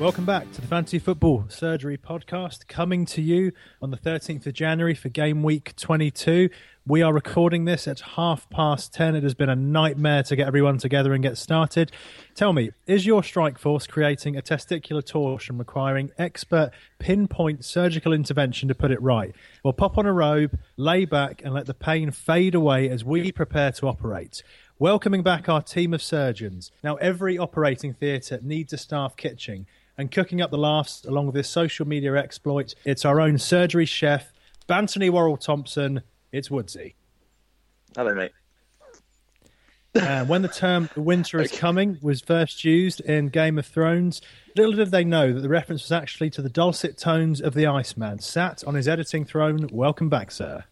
Welcome back to the Fantasy Football Surgery Podcast, coming to you on the 13th of January for game week 22. We are recording this at half past 10. It has been a nightmare to get everyone together and get started. Tell me, is your strike force creating a testicular torsion requiring expert pinpoint surgical intervention to put it right? Well, pop on a robe, lay back, and let the pain fade away as we prepare to operate welcoming back our team of surgeons. Now, every operating theatre needs a staff kitchen, and cooking up the laughs along with this social media exploit, it's our own surgery chef, Bantony Worrell Thompson. It's Woodsy. Hello, mate. And when the term "the winter is coming" was first used in Game of Thrones, little did they know that the reference was actually to the dulcet tones of the Iceman, sat on his editing throne. Welcome back, sir.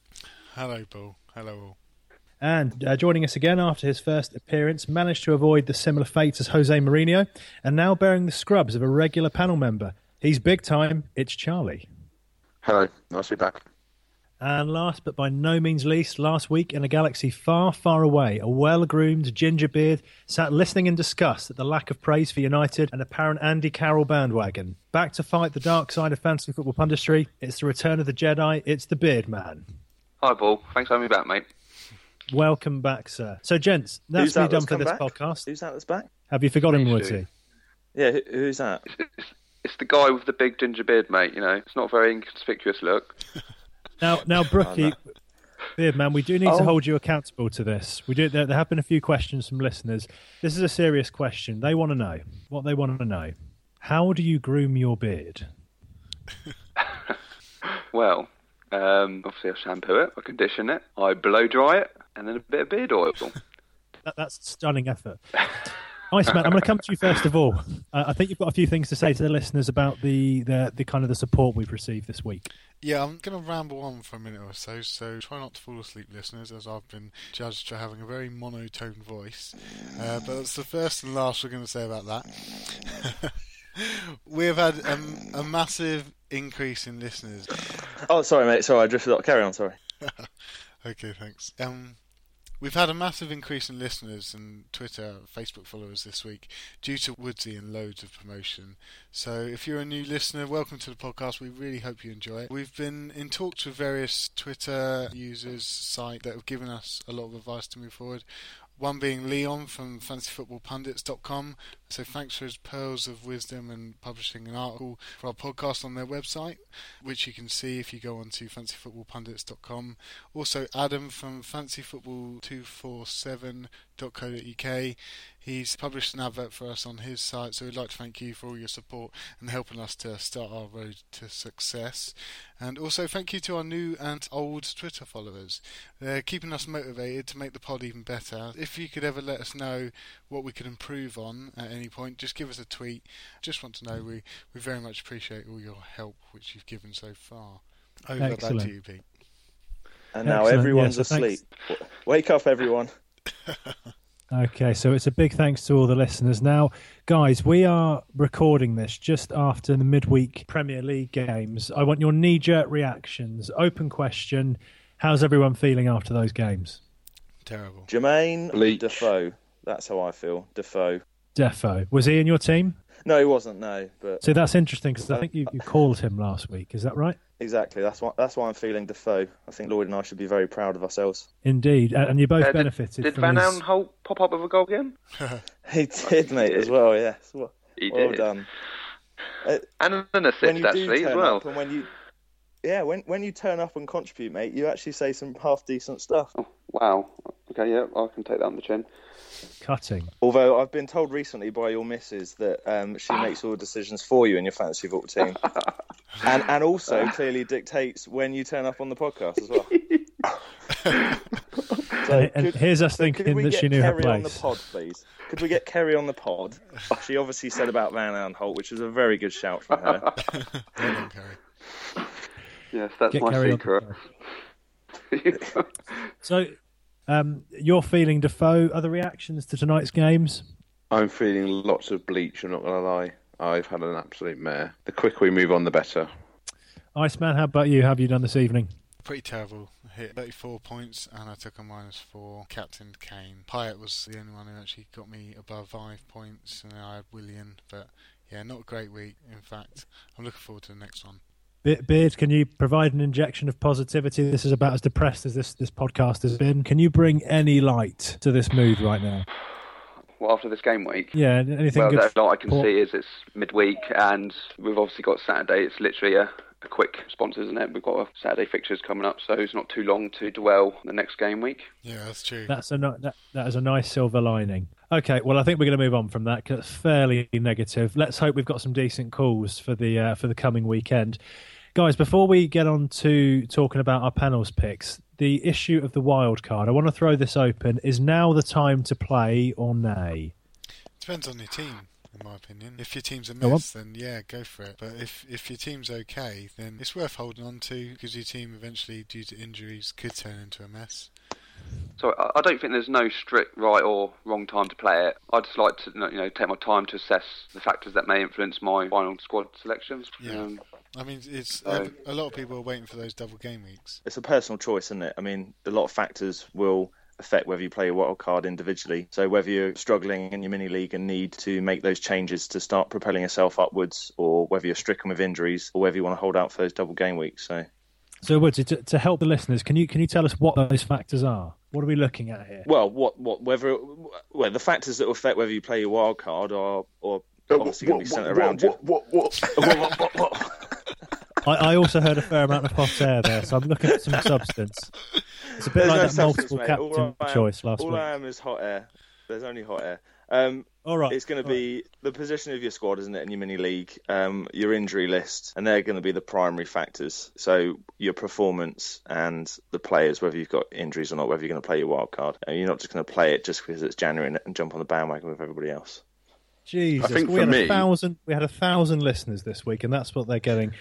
Hello, Paul. Hello, all. And uh, joining us again after his first appearance, managed to avoid the similar fate as Jose Mourinho, and now bearing the scrubs of a regular panel member. He's big time. It's Charlie. Hello. Nice to be back. And last but by no means least, last week in a galaxy far, far away, a well groomed ginger beard sat listening in disgust at the lack of praise for United and apparent Andy Carroll bandwagon. Back to fight the dark side of fantasy football punditry. It's the return of the Jedi. It's the beard man. Hi, Paul. Thanks for having me back, mate. Welcome back, sir. So, gents, that's Who's that me done that's for come this back? podcast. Who's that that's back? Have you forgotten Please Woodsy? do. Yeah, who, who's that? It's the guy with the big ginger beard, mate. You know, it's not a very inconspicuous look. Now, now, Brookie, Beard man, we do need to Oh. hold you accountable to this. We do. There, there have been a few questions from listeners. This is a serious question. They want to know what they want to know. How do you groom your beard? Well, um, obviously I shampoo it, I condition it, I blow dry it, and then a bit of beard oil. That, that's stunning effort. Iceman, I'm going to come to you first of all. Uh, I think you've got a few things to say to the listeners about the, the the kind of the support we've received this week. Yeah, I'm going to ramble on for a minute or so, so try not to fall asleep, listeners, as I've been judged for having a very monotone voice. Uh, but that's the first and last we're going to say about that. We've had a, a massive increase in listeners. Oh, sorry, mate. Sorry, I drifted up. Carry on. Sorry. Okay, thanks. Um, we've had a massive increase in listeners and Twitter, Facebook followers this week due to Woodsy and loads of promotion. So if you're a new listener, welcome to the podcast. We really hope you enjoy it. We've been in talks with various Twitter users, site that have given us a lot of advice to move forward. One being Leon from fantasyfootballpundits.com. So thanks for his pearls of wisdom and publishing an article for our podcast on their website, which you can see if you go on to fantasyfootballpundits.com. Also, Adam from fancyfootball247.co.uk. He's published an advert for us on his site, so we'd like to thank you for all your support and helping us to start our road to success. And also, thank you to our new and old Twitter followers. They're keeping us motivated to make the pod even better. If you could ever let us know what we could improve on at any point, just give us a tweet. Just want to know we, we very much appreciate all your help which you've given so far. Over back Excellent. to you, Pete. And now Excellent. everyone's Yeah, so asleep. thanks. W- Wake up, everyone. Okay, so it's a big thanks to all the listeners. Now, guys, we are recording this just after the midweek Premier League games. I want your knee jerk reactions. Open question How's everyone feeling after those games? Terrible. Jermaine Bleach. Defoe. That's how I feel. Defoe. Defo, was he in your team? No, he wasn't. No, but So that's interesting because I think you, you called him last week. Is that right? exactly. That's why. That's why I'm feeling Defoe. I think Lloyd and I should be very proud of ourselves. Indeed. And and you both Uh, did- benefited Did from Van his... Aanholt pop up with a goal again? He did, mate, as well. Yes. Well, He well did. done. And an assist, actually, as well. up and when you, yeah, when when you turn up and contribute, mate, you actually say some half decent stuff. Oh, wow. Okay, yeah, I can take that on the chin. cutting. Although I've been told recently by your missus that um, she makes all the decisions for you in your fantasy football team, and and also clearly dictates when you turn up on the podcast as well. so And, and Uh, could- here's us could thinking we that get she knew her Kerry on the place. pod, please? Could we get Kerry on the pod? She obviously said about Van Aanholt, which was a very good shout from her. Well done, Kerry. Yes, that's Get my Kerry on the secret. pod. So, um, you're feeling Defoe. Other reactions to tonight's games? I'm feeling lots of bleach, I'm not going to lie. I've had an absolute mare. The quicker we move on, the better. Iceman, how about you? How have you done this evening? Pretty terrible. Hit 34 points, and I took a minus four. Captain Kane. Pyatt was the only one who actually got me above five points, and I had William. But yeah, not a great week. In fact, I'm looking forward to the next one. Be- Beard, can you provide an injection of positivity? This is about as depressed as this, this podcast has been. Can you bring any light to this mood right now? Well, after this game week, Yeah, an- anything well, good? that, all I can Paul? see is it's midweek, and we've obviously got Saturday. It's literally a, a quick response, isn't it? We've got a Saturday fixtures coming up, so it's not too long to dwell on the next game week. Yeah, that's true. That's a ni- that, that is a nice silver lining. Okay, well, I think we're going to move on from that because it's fairly negative. Let's hope we've got some decent calls for the uh, for the coming weekend, guys. Before we get on to talking about our panels picks, the issue of the wild card. I want to throw this open. Is now the time to play or nay? Depends on your team, in my opinion. If your team's a Go on. mess, then yeah, go for it. But if if your team's okay, then it's worth holding on to because your team eventually, due to injuries, could turn into a mess. So I, I don't think there's no strict right or wrong time to play it. I just like to you know take my time to assess the factors that may influence my final squad selections. Yeah. Um, I mean, it's Oh. a lot of people are waiting for those double game weeks. It's a personal choice, isn't it? I mean, a lot of factors will affect whether you play a wild card individually. So whether you're struggling in your mini league and need to make those changes to start propelling yourself upwards, or whether you're stricken with injuries, or whether you want to hold out for those double game weeks. So So, Woodsy, to, to help the listeners, can you can you tell us what those factors are? What are we looking at here? Well, what what whether well the factors that will affect whether you play your wild card or or obviously going to be centred around you. Uh, what, what, what, what, what, I, I also heard a fair amount of hot air there, so I'm looking at some substance. It's a bit There's like no that substance, multiple mate. captain All I am- choice last all week. I am is hot air. There's only hot air. Um, All right, it's going to all right. be the position of your squad, isn't it, in your mini league, um, your injury list, and they're going to be the primary factors. So your performance and the players, whether you've got injuries or not, whether you're going to play your wild card. And you're not just going to play it just because it's January and, and jump on the bandwagon with everybody else. Jesus, I think we for had a me- thousand. We had a thousand listeners this week, and that's what they're getting.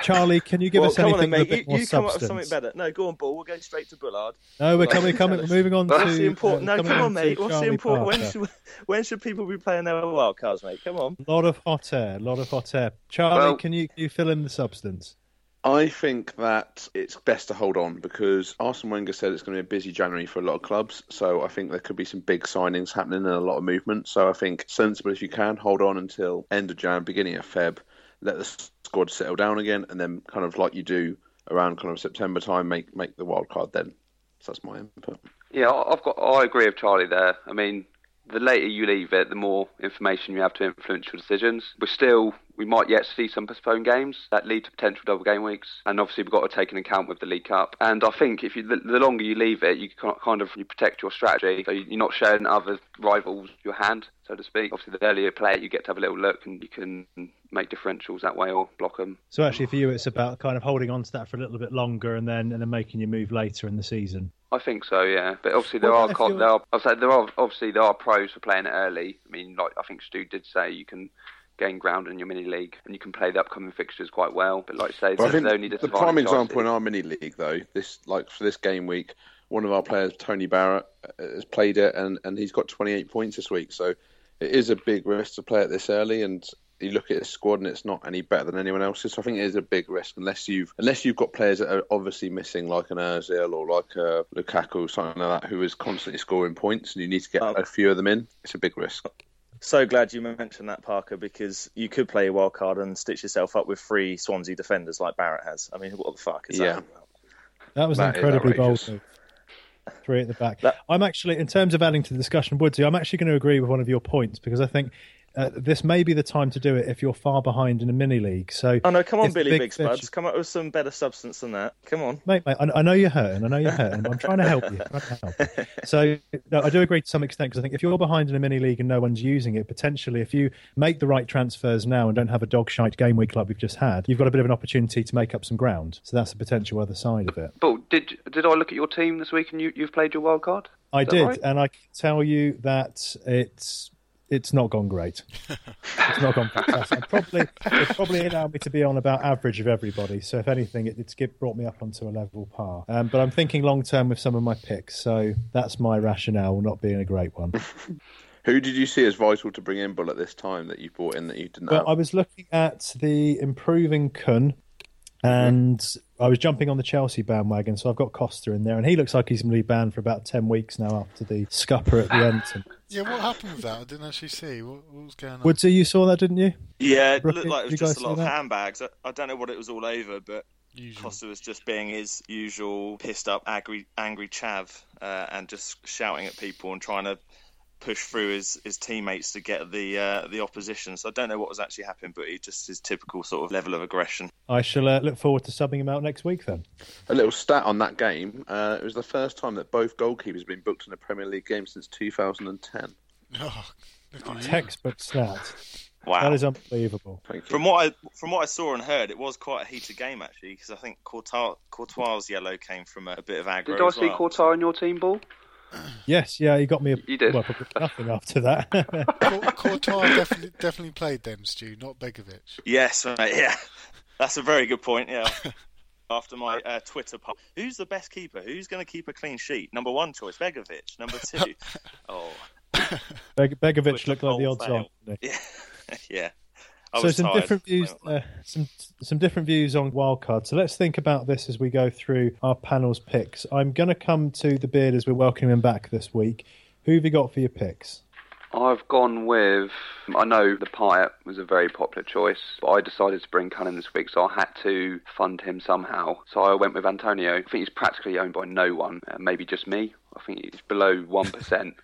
Charlie, can you give well, us come anything on, then, with mate. a bit you more you come up substance? with something better. No, go on, ball. We'll go straight to Bullard. No, we're Like, coming. coming tell us. we're moving on That's to the important. uh, No, coming come on on, mate. to What's the Charlie important? When Parker. should, when should people be playing their wild cards, mate? Come on. A lot of hot air. A lot of hot air. Charlie, Well- can you you fill in the substance? I think that it's best to hold on because Arsene Wenger said it's going to be a busy January for a lot of clubs. So I think there could be some big signings happening and a lot of movement. So I think sensible if you can, hold on until end of Jan, beginning of Feb, let the s- squad settle down again, and then kind of like you do around kind of September time, make make the wild card then. So that's my input. Yeah, I- I've got. I agree with Charlie there. I mean, the later you leave it, the more information you have to influence your decisions. We're still. We might yet see some postponed games that lead to potential double game weeks, and obviously we've got to take an account with the League Cup. And I think if you the, the longer you leave it, you can kind of you protect your strategy, so you're not showing other rivals your hand, so to speak. Obviously, the earlier you play it, you get to have a little look, and you can make differentials that way or block them. So actually, for you, it's about kind of holding on to that for a little bit longer, and then and then making your move later in the season. I think so, yeah. But obviously there Well, are if con- you're- there are I'll say there are obviously there are pros for playing it early. I mean, like I think Stu did say, you can gain ground in your mini league and you can play the upcoming fixtures quite well. But like I say, But I there's think only the prime disadvantage, example in obviously. our mini league, though, this like for this game week, one of our players, Tony Barrett, uh, has played it and, and he's got 28 points this week. So it is a big risk to play it this early. And you look at his squad and it's not any better than anyone else's. So I think it is a big risk unless you've unless you've got players that are obviously missing, like an Ozil or like a Lukaku or something like that, who is constantly scoring points, and you need to get Oh. a few of them in. It's a big risk. So glad you mentioned that, Parker, because you could play a wild card and stitch yourself up with three Swansea defenders like Barrett has. I mean, what the fuck is Yeah. that? about? That was an That is incredibly bold outrageous. move. Three at the back. That- I'm actually, in terms of adding to the discussion, Woodsy, I'm actually going to agree with one of your points because I think uh, this may be the time to do it if you're far behind in a mini league. So, Oh no, come on, It's the Billy big Big, Spuds, fish. come up with some better substance than that. Come on. mate, mate, I, I know you're hurting. I know you're hurting. but I'm trying to help you. I'm trying to help you. So, no, I do agree to some extent because I think if you're behind in a mini league and no one's using it, potentially if you make the right transfers now and don't have a dog shite game week like we've just had, you've got a bit of an opportunity to make up some ground. So that's a potential other side of it. But did did I look at your team this week and you you've played your wild card? I Is that did, right? and I can tell you that it's it's not gone great. It's not gone fantastic. It probably it probably allowed me to be on about average of everybody. So if anything, it, it's get- brought me up onto a level par. Um, but I'm thinking long term with some of my picks, so that's my rationale, not being a great one. Who did you see as vital to bring in Bull at this time that you brought in that you didn't Well, have? I was looking at the improving Kun And I was jumping on the Chelsea bandwagon, so I've got Costa in there, and he looks like he's going to be banned for about 10 weeks now after the scupper at the Empton. Yeah, what happened with that? I didn't actually see. What, what was going on? Woodsy, you saw that, didn't you? Yeah, it Brooke, looked like it did was you just guys a see lot of that? handbags. I, I don't know what it was all over, but Usual. Costa was just being his usual pissed up, angry, angry chav, uh, and just shouting at people and trying to push through his, his teammates to get the uh, the opposition. So I don't know what was actually happening, but he just his typical sort of level of aggression. I shall uh, look forward to subbing him out next week then. A little stat on that game. Uh, it was the first time that both goalkeepers have been booked in a Premier League game since 2010. Oh, look at you. Textbook stat. Wow. That is unbelievable. Thank you. From what I from what I saw and heard, it was quite a heated game actually, because I think Courtois, Courtois' yellow came from a, a bit of aggro. Did I as see well. Courtois on your team ball? Yes, yeah, he got me a, You did. Well, probably nothing after that. Cour- Courtois definitely, definitely played them, Stu, not Begovic. Yes, mate, yeah, that's a very good point. Yeah. After my uh, Twitter poll, who's the best keeper? Who's going to keep a clean sheet? Number one choice, Begovic. Number two, oh Beg- Begovic Which looked like the whole odds fail. on. didn't he? yeah, yeah. I So was some tired. different views, uh, some some different views on wildcard. So let's think about this as we go through our panel's picks. I'm going to come to the beard as we're welcoming him back this week. Who have you got for your picks? I've gone with. I know the Pyatt was a very popular choice, but I decided to bring Cullen this week, so I had to fund him somehow. So I went with Antonio. I think he's practically owned by no one, uh, maybe just me. I think he's below 1%.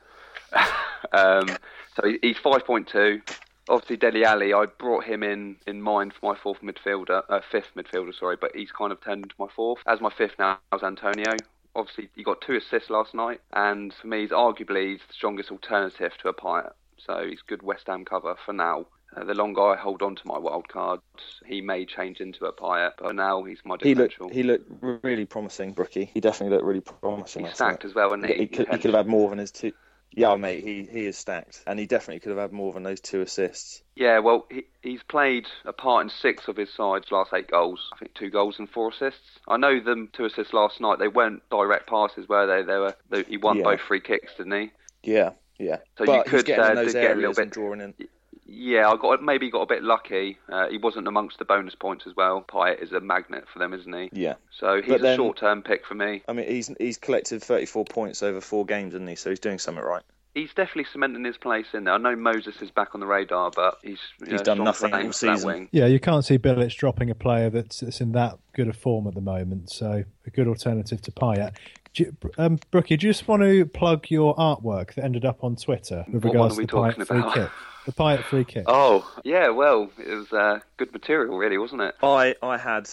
um, so he- he's 5.2. Obviously, Deli Alley, I brought him in in mind for my fourth midfielder, uh, fifth midfielder, sorry, but he's kind of turned into my fourth. As my fifth now is Antonio. Obviously, he got two assists last night, and for me, he's arguably the strongest alternative to a Pyatt. So he's good West Ham cover for now. Uh, the longer I hold on to my wild cards, he may change into a Pyatt, but now he's my he looked differential. he looked really promising, Brookie. He definitely looked really promising. he's last night. stacked as well, and He, he could, he could have had more than his two. Yeah, mate, he, he is stacked, and he definitely could have had more than those two assists. Yeah, well, he, he's played a part in six of his side's last eight goals. I think two goals and four assists. I know them two assists last night. They weren't direct passes, were they? They were. They, he won Yeah. both free kicks, didn't he? Yeah, yeah. So but you he's could getting uh, in those did areas get a little and bit. drawing in. Yeah, I got maybe got a bit lucky. Uh, he wasn't amongst the bonus points as well. Pyatt is a magnet for them, isn't he? Yeah, So he's But a then- short-term pick for me. I mean, he's he's collected 34 points over four games, isn't he? So he's doing something right. He's definitely cementing his place in there. I know Moses is back on the radar, but he's you He's know, done Sean nothing Frame all for that season. wing. Yeah, you can't see Bilic dropping a player that's, that's in that good a form at the moment. So a good alternative to Payet. Do you- Um, Brookie, do you just want to plug your artwork that ended up on Twitter with What one regards are we to the Payet talking free about? kick? The Payet free kick. Oh, yeah. Well, it was uh, good material, really, wasn't it? I I had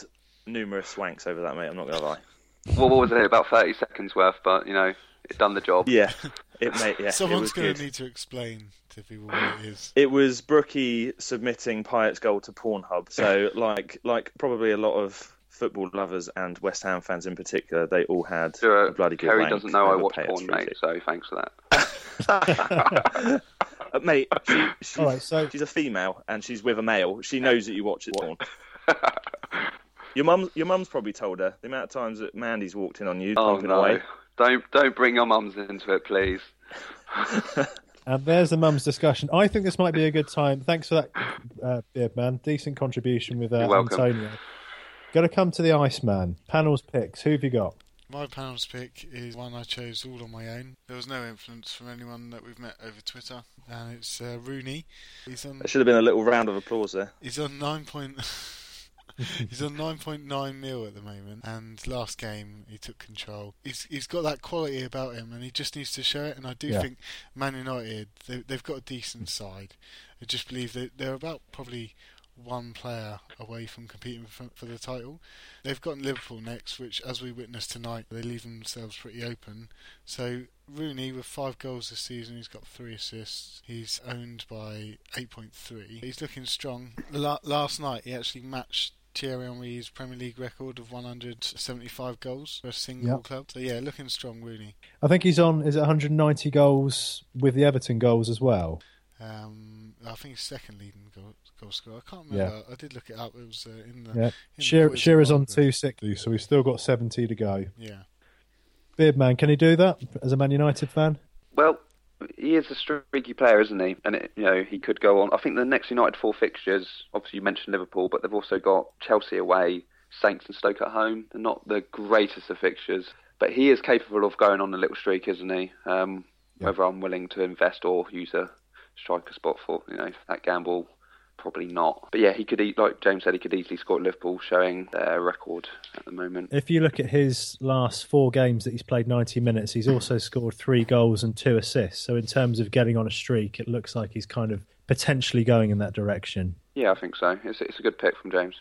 numerous swanks over that, mate. I'm not gonna lie. well, what was it? About thirty seconds worth, but you know, it done the job. Yeah, it mate. Yeah, it Someone's was going good. to need to explain to people what it is. It was Brookie submitting Pyatt's goal to Pornhub. So, like, like probably a lot of football lovers and West Ham fans in particular, they all had Sure, a bloody good Kerry wank doesn't know I over watch Pyatt's porn, free mate. kick. So thanks for that. Uh, mate, she, she's, All right, so- she's a female and she's with a male. She knows that you watch it porn. Your mum, your mum's probably told her the amount of times that Mandy's walked in on you, Oh pumping no! away. Don't don't bring your mums into it, please. And there's the mum's discussion. I think this might be a good time. Thanks for that, uh, Beard Man. Decent contribution with uh, You're welcome. Antonio. Got to come to the Iceman. Panels picks. Who have you got? My panel's pick is one I chose all on my own. There was no influence from anyone that we've met over Twitter, and it's uh, Rooney. He's um, on. There should have been a little round of applause there. He's on nine point. he's on nine point nine mil at the moment, and last game he took control. He's he's got that quality about him, and he just needs to show it. And I do Yeah. think Man United they, they've got a decent side. I just believe that they're about probably one player away from competing for, for the title. They've got Liverpool next, which, as we witnessed tonight, they leave themselves pretty open. So Rooney, with five goals this season, he's got three assists. He's owned by 8.3. He's looking strong. La- last night, he actually matched Thierry Henry's Premier League record of 175 goals for a single Yep. club. So yeah, looking strong, Rooney. I think he's on. Is it 190 goals with the Everton goals as well? Um, I think he's second leading goal, goal scorer. I can't remember. I did look it up. It was uh, in the. Yeah. in the Shearer, quiz Shearer's on article. 260, so we've still got 70 to go. Yeah. Beardman, can he do that as a Man United fan? Well, he is a streaky player, isn't he? And it, you know he could go on. I think the next United four fixtures. Obviously, you mentioned Liverpool, but they've also got Chelsea away, Saints and Stoke at home. They're not the greatest of fixtures, but he is capable of going on a little streak, isn't he? Um, Whether I'm willing to invest or use a striker spot for you know that gamble, probably not. But yeah, he could eat like James said, he could easily score at Liverpool, showing their record at the moment. If you look at his last four games that he's played 90 minutes, he's also scored three goals and two assists. So, in terms of getting on a streak, it looks like he's kind of potentially going in that direction. Yeah, I think so. It's it's a good pick from James.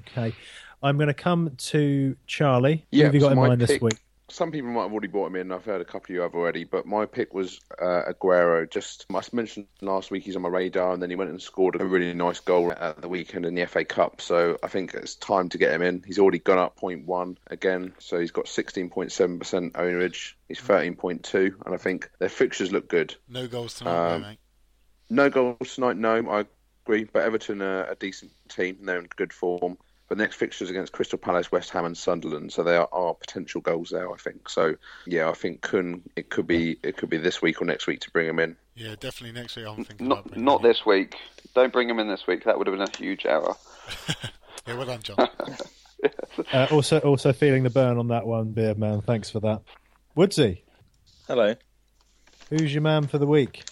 Okay. I'm going to come to Charlie. Who Yeah, have you got so in my mind this pick- week? Some people might have already bought him in. I've heard a couple of you have already, but my pick was uh, Aguero. Just I mentioned last week he's on my radar, and then he went and scored a really nice goal at the weekend in the FA Cup. So I think it's time to get him in. He's already gone up 0.1 again, so he's got 16.7% ownerage. He's 13.2, and I think their fixtures look good. No goals tonight, Um, no, mate. No goals tonight, no, I agree. But Everton are a decent team, they're in good form. But next fixtures against Crystal Palace, West Ham, and Sunderland, so there are potential goals there. I think so. Yeah, I think Kun. It could be. It could be this week or next week to bring him in. Yeah, definitely next week. I'm thinking about Not bringing not him in. this week. Don't bring him in this week. That would have been a huge error. Yeah, well done, John. Uh, also, also feeling the burn on that one, Beard Man. Thanks for that. Woodsy, Hello. who's your man for the week?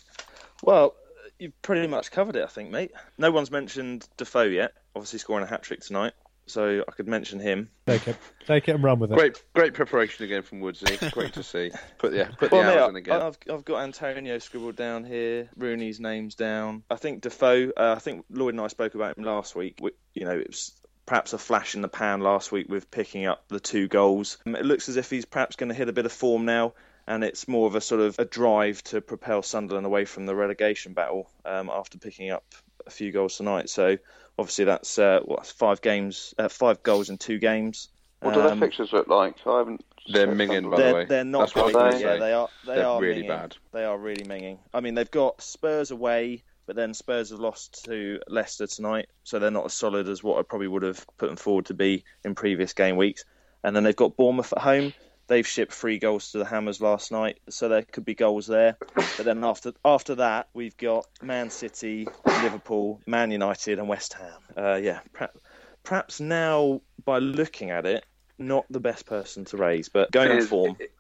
Well, you've pretty much covered it, I think, mate. No one's mentioned Defoe yet. Obviously, scoring a hat trick tonight, so I could mention him. Take it, take it and run with it. Great, great preparation again from Woodsy. Great to see. Put yeah, put the Well, hours mate, in I- again. I've, I've got Antonio scribbled down here. Rooney's name's down. I think Defoe. Uh, I think Lloyd and I spoke about him last week. We, you know, it was perhaps a flash in the pan last week with picking up the two goals. Um, It looks as if he's perhaps going to hit a bit of form now. And it's more of a sort of a drive to propel Sunderland away from the relegation battle um, after picking up a few goals tonight. So obviously that's uh, what five games, uh, five goals in two games. What do their Um, fixtures look like? I haven't. They're minging, by they're, the way. they're not That's what good. I they- was yeah, going to they say. are. They They're are really minging. bad. They are really minging. I mean, they've got Spurs away, but then Spurs have lost to Leicester tonight, so they're not as solid as what I probably would have put them forward to be in previous game weeks. And then they've got Bournemouth at home. They've shipped three goals to the Hammers last night, so there could be goals there. But then after after that, we've got Man City, Liverpool, Man United, and West Ham. Uh, yeah, perhaps, perhaps now by looking at it, not the best person to raise, but going It on is- form. It,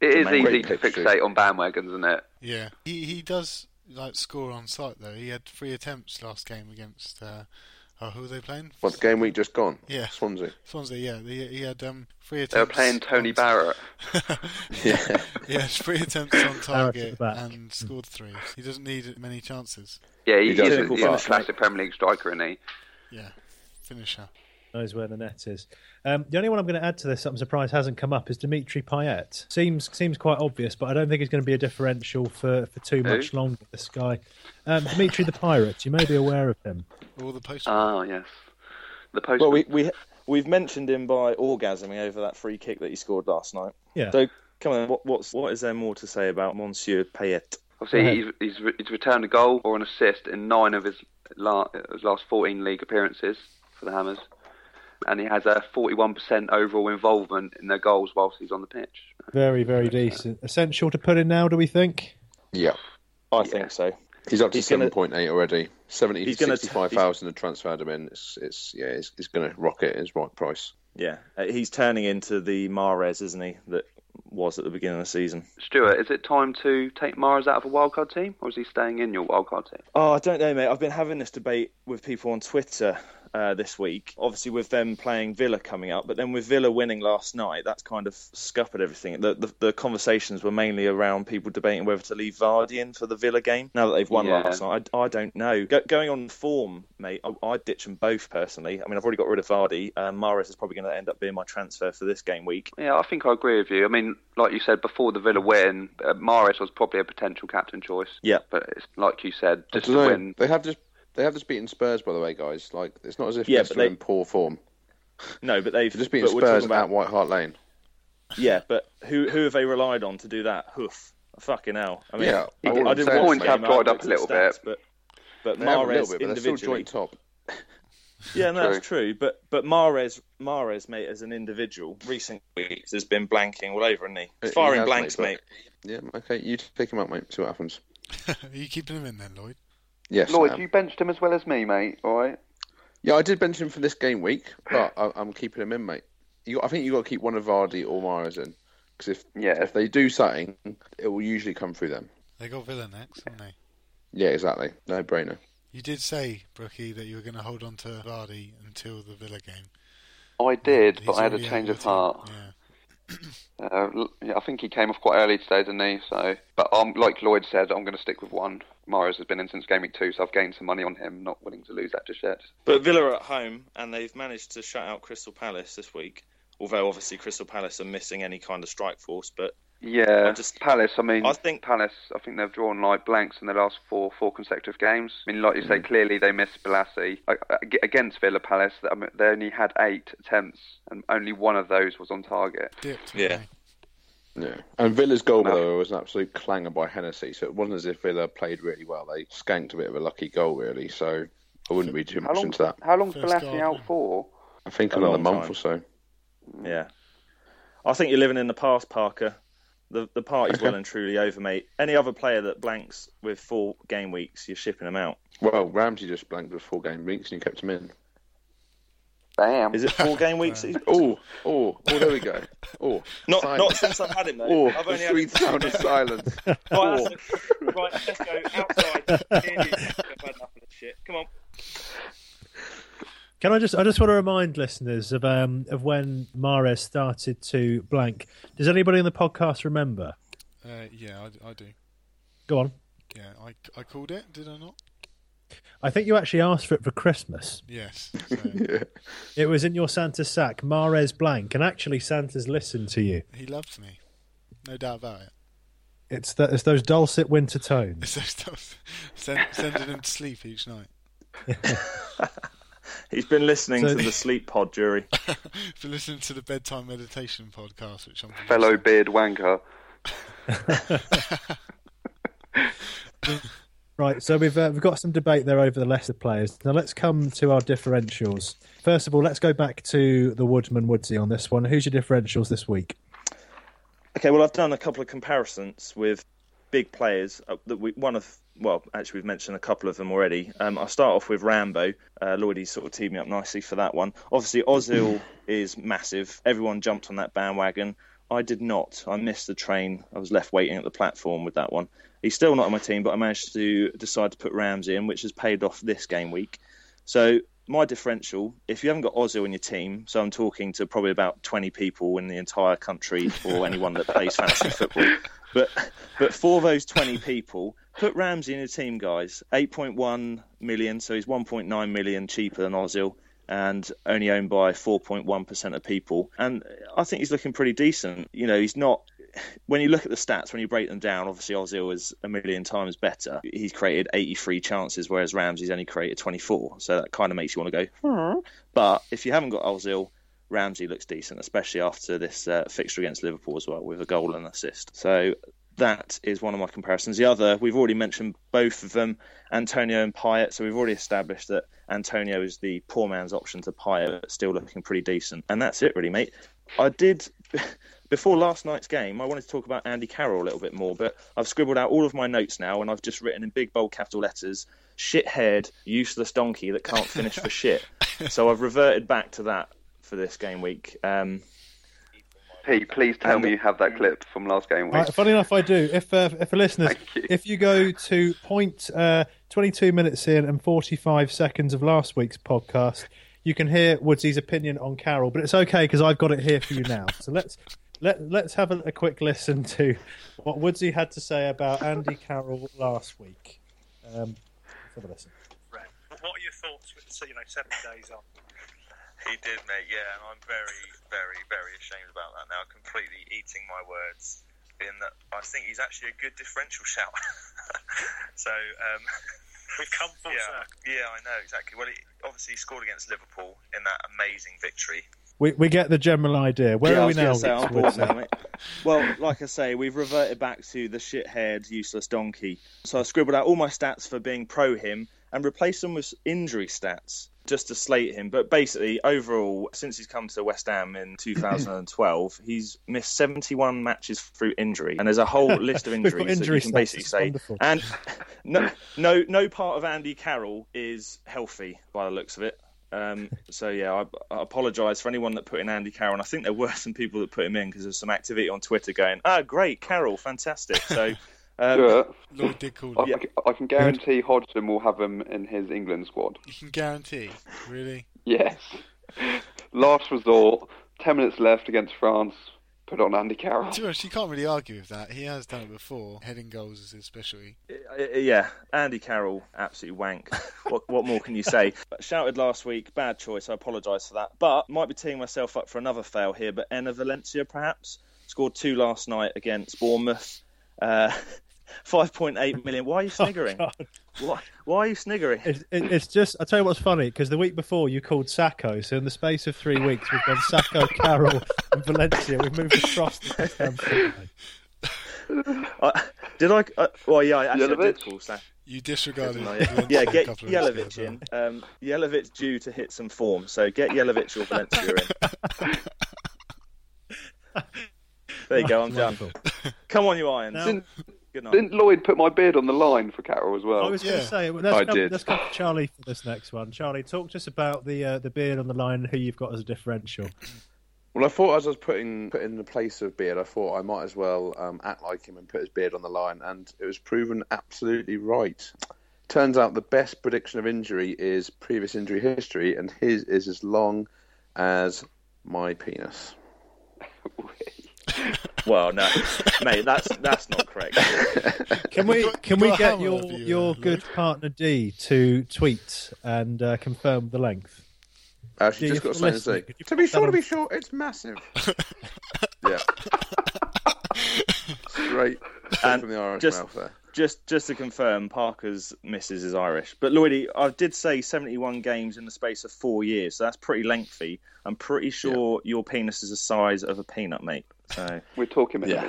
it is Great easy to picture. fixate on bandwagons, isn't it? Yeah, he he does like score on sight though. He had three attempts last game against. Uh, oh, who were they playing? What the game week just gone? Yeah. Swansea. Swansea. Yeah, he, he had um three attempts. They were playing Tony on- Barrett. Yeah. yeah, three attempts on target the back. Hmm. and scored three. He doesn't need many chances. Yeah, he, He does is look a, he's a fast, classic Premier League striker, isn't he? Yeah, finisher. knows where the net is. Um, the only one I'm going to add to this that I'm surprised hasn't come up is Dimitri Payet. Seems seems quite obvious, but I don't think he's going to be a differential for, for too much longer. This guy, um, Dimitri the Pirate, you may be aware of him. All the post. Ah, yes. The post. Well, we, we we've mentioned him by orgasming over that free kick that he scored last night. Yeah, So come on, what, what's what is there more to say about Monsieur Payet? Go Obviously, he's, he's, re- he's returned a goal or an assist in nine of his, la- his last 14 league appearances for the Hammers. And he has a 41% overall involvement in their goals whilst he's on the pitch. very very decent. Essential to put in now, do we think? yeah. I think so. He's up to He's gonna- seven point eight already. Seventy He's gonna- sixty five thousand to transfer him in. It's it's yeah, it's, it's gonna rocket his right price. Yeah, Uh, he's turning into the Mares, isn't he? That was at the beginning of the season. Stuart, is it time to take Mars out of a wildcard team or is he staying in your wildcard team? Oh, I don't know, mate. I've been having this debate with people on Twitter uh, this week. Obviously, with them playing Villa coming up, but then with Villa winning last night, that's kind of scuppered everything. The, the, the conversations were mainly around people debating whether to leave Vardy in for the Villa game. Now that they've won Yeah. last night, I, I don't know. Go, going on form, mate, I, I'd ditch them both personally. I mean, I've already got rid of Vardy. Uh, Mares is probably going to end up being my transfer for this game week. Yeah, I think I agree with you. I mean, like you said before the Villa win, uh, Maris was probably a potential captain choice. Yeah. But it's, like you said, I just don't to know. win. They have just they have just beaten Spurs, by the way, guys. Like it's not as if Yeah, yeah, but Leicester they- are in poor form. No, but they've They've just beaten but we're talking Spurs about at White Hart Lane. Yeah, but who who have they relied on to do that? Hoof. Fucking hell. I mean, Yeah, I, did- I I wouldn't didn't watch the say it's like- game, Points have dried I up a looked at little the bit. stats, But, but They have a Mares little bit, but they're still individually. joint top. Yeah, no, that's That's true. But but Mares, Mares, mate, as an individual, recent weeks has been blanking all over, hasn't he? It- it Firing has, blanks, mate. but- Yeah, okay, you pick him up, mate. See what happens. Are you keeping him in then, Lloyd? Yes, I Lloyd, am. you benched him as well as me, mate, alright? Yeah, I did bench him for this game week, but I, I'm keeping him in, mate. You, got- I think you got to keep one of Vardy or Mares in because if Yeah. if they do something, it will usually come through them. They got Villa next, haven't they? Yeah, exactly. No brainer. You did say, Brookie, that you were going to hold on to Vardy until the Villa game. I did, He's but I had a already out change your of team. heart. Yeah. Uh, l- yeah, I think he came off quite early today, didn't he? So, but um, like Lloyd said, I'm going to stick with one. Mares has been in since game week two, so I've gained some money on him. Not willing to lose that just yet. But Villa are at home, and they've managed to shut out Crystal Palace this week. Although obviously Crystal Palace are missing any kind of strike force, but Yeah, I just- Palace. I mean, I think- Palace. I think they've drawn like blanks in their last four four consecutive games. I mean, like you Mm. say, clearly they missed Balassi Like, ag- against Villa Palace. I mean, they only had eight attempts, and only one of those was on target. Dipped. Yeah. haven't Yeah, and Villa's goal No. by the way was an absolute clanger by Hennessy, so it wasn't as if Villa played really well. They skanked a bit of a lucky goal, really. So I wouldn't read too How much long? into that. How long's First Balassi goal, out yeah. for? I think A another long month time. or so. yeah, I think you're living in the past, Parker. The the party's Okay. well and truly over, mate. Any other player that blanks with four game weeks, you're shipping them out. Well, Ramsey just blanked with four game weeks and you kept him in. Damn. Is it four game weeks? Oh, oh, oh! There we go. Oh, Not silence. not since I've had it, mate. Oh, I've the only had sweet it. sound of silence. Right, Oh. that's it. right, let's go outside. Here it is. I've had enough of this shit. Come on. Can I just? I just want to remind listeners of um of when Mares started to blank. Does anybody in the podcast remember? they? Uh, yeah, I, I do. Go on. Yeah, I, I called it, did I not? I think you actually asked for it for Christmas. Yes. So Yeah. It was in your Santa sack, Mares blank, and actually Santa's listened to you. he loves me. No doubt about it. It's that it's those dulcet winter tones. So stuff- send- sending him to sleep each night. He's been listening So- to the sleep pod jury. For listening to the bedtime meditation podcast, which I'm Fellow beard wanker. Right, so we've uh, we've got some debate there over the lesser players. Now let's come to our differentials. First of all, let's go back to the Woodman Woodsy on this one. Who's your differentials this week? Okay, well, I've done a couple of comparisons with big players uh, that we one of. Well, actually, we've mentioned a couple of them already. Um, I'll start off with Rambo. Uh, Lloydie sort of teed me up nicely for that one. Obviously, Ozil is massive. Everyone jumped on that bandwagon. I did not. I missed the train. I was left waiting at the platform with that one. He's still not on my team, but I managed to decide to put Ramsey in, which has paid off this game week. So my differential, if you haven't got Ozil in your team, so I'm talking to probably about 20 people in the entire country or anyone that plays fantasy football, but but for those 20 people, put Ramsey in your team, guys. 8.1 million, so he's 1.9 million cheaper than Ozil. And only owned by 4.1% of people. And I think he's looking pretty decent. You know, he's not when you look at the stats, when you break them down, obviously Ozil is a million times better. He's created 83 chances, whereas Ramsey's only created 24. So that kind of makes you want to go, hmm. But if you haven't got Ozil, Ramsey looks decent, especially after this uh, fixture against Liverpool as well, with a goal and assist. So that is one of my comparisons. The other, we've already mentioned both of them, Antonio and Payet. So we've already established that Antonio is the poor man's option to Payet, but still looking pretty decent. And that's it, really, mate. I did before last night's game. I wanted to talk about Andy Carroll a little bit more, but I've scribbled out all of my notes now, and I've just written in big bold capital letters: "Shithead, useless donkey that can't finish for shit." So I've reverted back to that for this game week. Um, Pete, please tell me you have that clip from last game All week. right, funny enough, I do. If uh, if a listener, Thank you. if you go to point uh, 22 minutes in and 45 seconds of last week's podcast, you can hear Woodsy's opinion on Carol. But it's okay because I've got it here for you now. So let's let let's have a, a quick listen to what Woodsy had to say about Andy Carroll last week. Um, let's have a listen. Right. What what are your thoughts with, so, you know, seven days on? He did, mate. Yeah, and I'm very, very, very ashamed about that now. Completely eating my words. In that, I think he's actually a good differential shout. so, um, We've come full yeah, circle. yeah, I know exactly. Well, he obviously he scored against Liverpool in that amazing victory. We we get the general idea. Where Yeah, I are we was gonna now? say, I'm Woodsy? bored now, mate. Well, like I say, we've reverted back to the shithead, useless donkey. So I scribbled out all my stats for being pro him and replaced them with injury stats just to slate him. But basically, overall, since he's come to West Ham in 2012, he's missed 71 matches through injury, and there's a whole list of We've got injuries that injury you can basically stats, it's say. wonderful. And no, no, no part of Andy Carroll is healthy by the looks of it. Um, so yeah, I, I apologise for anyone that put in Andy Carroll. And I think there were some people that put him in because there's some activity on Twitter going, "Ah, great, Carroll, fantastic." So um, Stuart, Lloyd did call I, it. I can- I can guarantee Hodgson will have him in his England squad. You can guarantee, really. Yes. Last resort, 10 minutes left against France, put on Andy Carroll. To be honest, you can't really argue with that. He has done it before. Heading goals is his specialty. Uh, yeah, Andy Carroll, absolute wank. what, what more can you say? Shouted last week, bad choice. I apologise for that, but might be teeing myself up for another fail here. But Enna Valencia perhaps scored two last night against Bournemouth. Uh, 5.8 million. Why are you sniggering? God. why, why are you sniggering? It's, it, it's just, I tell you what's funny, because the week before you called Sacco, so in the space of three weeks we've done Sacco, Carroll, and Valencia. We've moved across the West Ham side. I, did I? Uh, well, yeah, I actually Yelovich? did call Saka. You disregarded Yeah, Valencia yeah, a get couple of Yelovich weeks ago in. Um, Yelovich due to hit some form, so get Yelovich or Valencia in. There you go, I'm done. Wonderful. Come on, you Irons. Now- Good night. Didn't Lloyd put my beard on the line for Carroll as I well? was going Yeah. to say, well, let's, I come, did. let's come to Charlie for this next one. Charlie, talk to us about the uh, the beard on the line and who you've got as a differential. Well, I thought as I was putting put in the place of Beard, I thought I might as well um, act like him and put his beard on the line, and it was proven absolutely right. Turns out the best prediction of injury is previous injury history, and his is as long as my penis. Well, no, mate, that's that's not correct. Can we got- can you we got a uh, get hammer your over you your there, good partner D to tweet and uh, confirm the length? Uh, she Yeah, just got you're something to listening. say. Could you To be put that sure, to on- be sure, it's massive. yeah. Straight And from the Irish just- mouth there. Just just to confirm, Parker's missus is Irish. But Lloydie, I did say 71 games in the space of four years, so that's pretty lengthy. I'm pretty sure your penis is the size of a peanut, mate. So We're talking Yeah.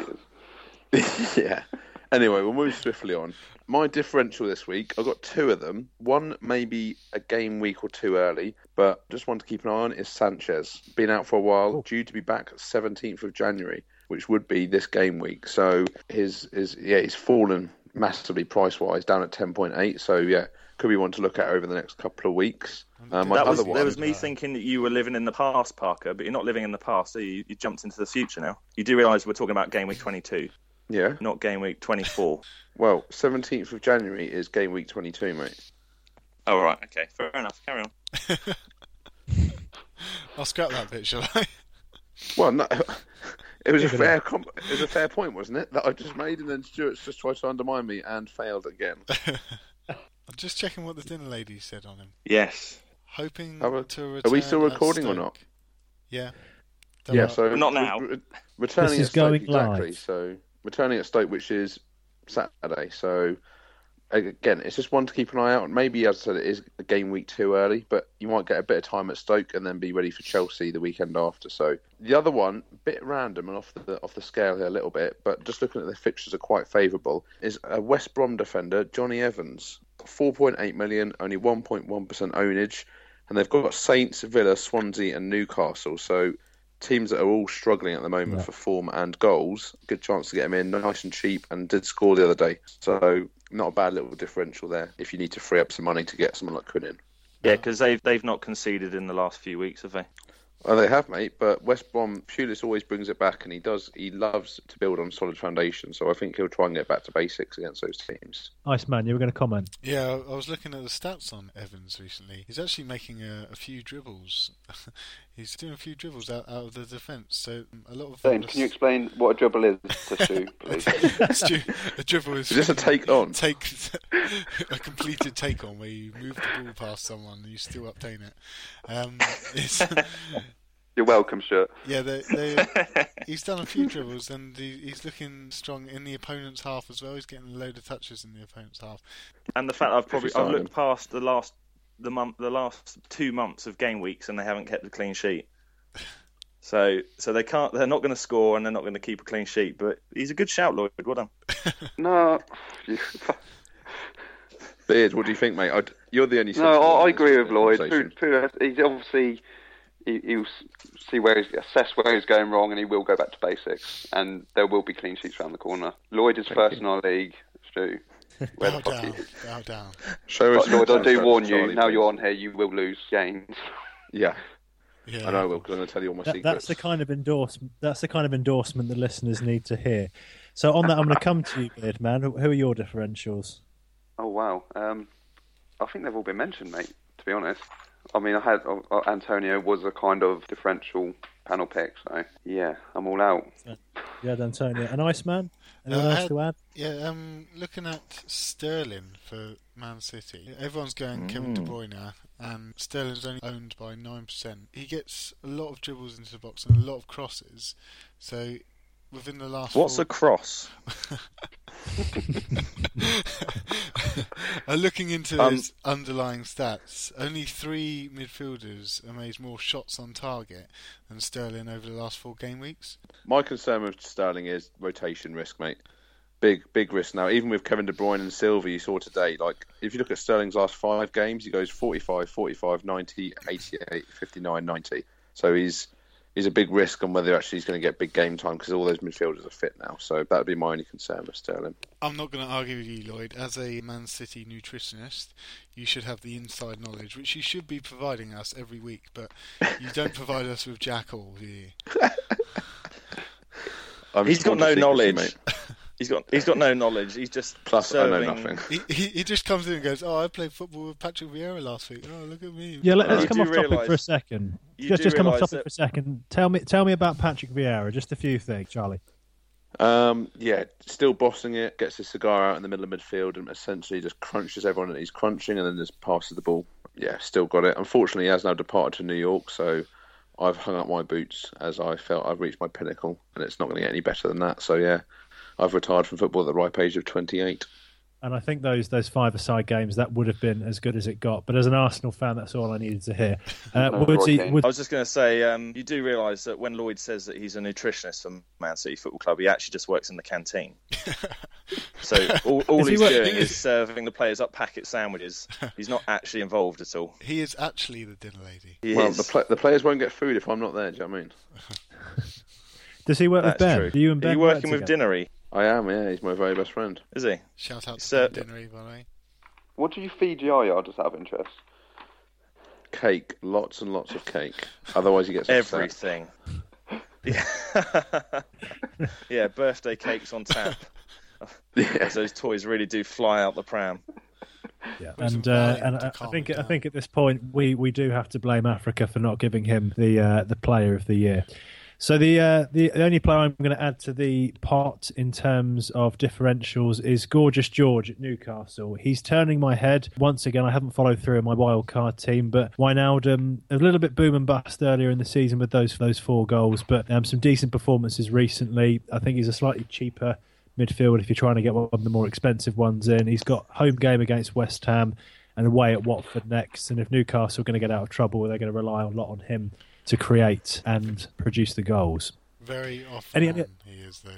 millimeters. yeah. Anyway, we'll move swiftly on. My differential this week, I've got two of them. One maybe a game week or two early, but just one to keep an eye on is Sanchez. Been out for a Oh. while, due to be back 17th of January, which would be this game week. So his is yeah, he's fallen massively price wise, down at 10.8. So yeah, could be one to look at over the next couple of weeks. Uh, my that was other there one, was me thinking that you were living in the past, Parker, but you're not living in the past. So you, you jumped into the future now. You do realise we're talking about game week 22, yeah. not game week 24. Well, 17th of January is game week 22, mate. All right, okay, fair enough. Carry on. I'll scrap that bit, shall I? Well, no, it was a fair com- it was a fair point, wasn't it? That I just made, and then Stuart's just tried to undermine me and failed again. I'm just checking what the dinner lady said on him. Yes, Hoping Are we- to are return. we still at recording or Stoke. not? Yeah. yeah, Don't so Not now. re- re- returning This is at Stoke, going exactly. live. So returning at Stoke, which is Saturday. So again, it's just one to keep an eye out. on. Maybe as I said, it is a game week too early, but you might get a bit of time at Stoke and then be ready for Chelsea the weekend after. So the other one, bit random and off the off the scale here a little bit, but just looking at the fixtures are quite favourable. Is a West Brom defender Johnny Evans, four point eight million, only one point one percent ownage, and they've got Saints, Villa, Swansea, and Newcastle. So teams that are all struggling at the moment for form and goals. Good chance to get him in, nice and cheap, and did score the other day. So not a bad little differential there. If you need to free up some money to get someone like Quinn in, yeah, because they've they've not conceded in the last few weeks, have they? well, they have mate. But West Brom, Pulis always brings it back, and he does. He loves to build on solid foundation. So I think he'll try and get back to basics against those teams. Iceman, you were going to comment. Yeah, I I was looking at the stats on Evans recently. He's actually making a, a few dribbles. He's doing a few dribbles out, out of the defence. So um, a lot of Dane, can you explain what a dribble is to Stu, please? Stu- a dribble is Is this a take on? take a completed take on where you move the ball past someone and you still obtain it. Um, it's, You're welcome, Stuart. yeah, they, they, he's done a few dribbles and he, he's looking strong in the opponent's half as well. He's getting a load of touches in the opponent's half. And the fact I've probably it's I've not looked past the last the month the last two months of game weeks and they haven't kept a clean sheet. So so they can't they're not going to score and they're not going to keep a clean sheet. But he's a good shout, Lloyd. Well done. No, Beard, what do you think, mate? I'd, you're the only. no, sensible I, one I in this agree with Lloyd. conversation. Through- through- He's obviously he, he'll s- see where he's, assess where he's going wrong, and he will go back to basics, and there will be clean sheets around the corner. Lloyd is first in our league. Stu, Where Bow the fuck down. you- Bow down. Show us. But Lord, I do Charlie, warn you. please. Now you're on here, you will lose games. Yeah, Yeah. I know. I will. 'cause I'm going to tell you all my That, secrets. that's the kind of endorsement. That's the kind of endorsement the listeners need to hear. So on that, I'm going to come to you, Beard Man. Who who are your differentials? Oh wow. Um, I think they've all been mentioned, mate. To be honest, I mean, I had uh, uh, Antonio was a kind of differential panel pick, so yeah, I'm all out. Yeah, Antonio, an Iceman. Anyone Uh, else to add? Yeah, um, looking at Sterling for Man City, everyone's going Kevin Hmm. De Bruyne, and Sterling's only owned by nine percent. He gets a lot of dribbles into the box and a lot of crosses. So within the last What's four... a cross? Uh, looking into Um, his underlying stats, only three midfielders have made more shots on target than Sterling over the last four game weeks. My concern with Sterling is rotation risk, mate. Big, big risk now. Even with Kevin De Bruyne and Silva, you saw today, like, if you look at Sterling's last five games, he goes 45, 45, 90, 88, 59, 90. So he's he's a big risk on whether actually he's going to get big game time because all those midfielders are fit now. So that would be my only concern with Sterling. I'm not going to argue with you, Lloyd. As a Man City nutritionist, you should have the inside knowledge, which you should be providing us every week, but you don't provide us with jack all, do you? I'm He's got torn to no secrecy, knowledge. mate. He's got he's got no knowledge. He's just Plus, I serving- know nothing. He, he, he just comes in and goes, Oh, I played football with Patrick Vieira last week. Oh, look at me. Yeah, let, Alright. us You come do off topic for a realise- second. you Just, do just come off realise topic that- for a second. Tell me, tell me about Patrick Vieira. Just a few things, Charlie. Um, yeah, still bossing it. Gets his cigar out in the middle of midfield and essentially just crunches everyone that he's crunching, and then just passes the ball. Yeah, still got it. Unfortunately, he has now departed to New York, so I've hung up my boots as I felt I've reached my pinnacle, and it's not going to get any better than that. So yeah, I've retired from football at the ripe age of twenty-eight. And I think those those five aside games that would have been as good as it got. But as an Arsenal fan, that's all I needed to hear. Uh, Oh, Woodsy, okay. Wood- I was just going to say, um, you do realise that when Lloyd says that he's a nutritionist from Man City Football Club, he actually just works in the canteen. so all, all Is he he's work- doing is serving the players up packet sandwiches. He's not actually involved at all. He is actually the dinner lady. He Well, is- the, pla the players won't get food if I'm not there. Do you know what I mean? does he work with that's Ben? true. Do you and Ben Are you work working with together? Dinnery? I am. Yeah, he's my very best friend. Is he? Shout out to So- Ben Dinnery, by the way. What do you feed your yard? Just out of interest. Cake, lots and lots of cake. Otherwise, he gets upset. Everything. Yeah. yeah, birthday cakes on tap. Yeah. Those toys really do fly out the pram. Put some And uh, value and to I, I calm think it I down. think at this point we, we do have to blame Africa for not giving him the uh, the player of the year. So the uh, the the only player I'm going to add to the pot in terms of differentials is Gorgeous George at Newcastle. He's turning my head once again. I haven't followed through in my wild card team, but Wijnaldum a little bit boom and bust earlier in the season with those those four goals, but um, some decent performances recently. I think he's a slightly cheaper midfield if you're trying to get one of the more expensive ones in. He's got home game against West Ham and away at Watford next. And if Newcastle are going to get out of trouble, they're going to rely a lot on him to create and produce the goals. Very often Any- any- he is, though.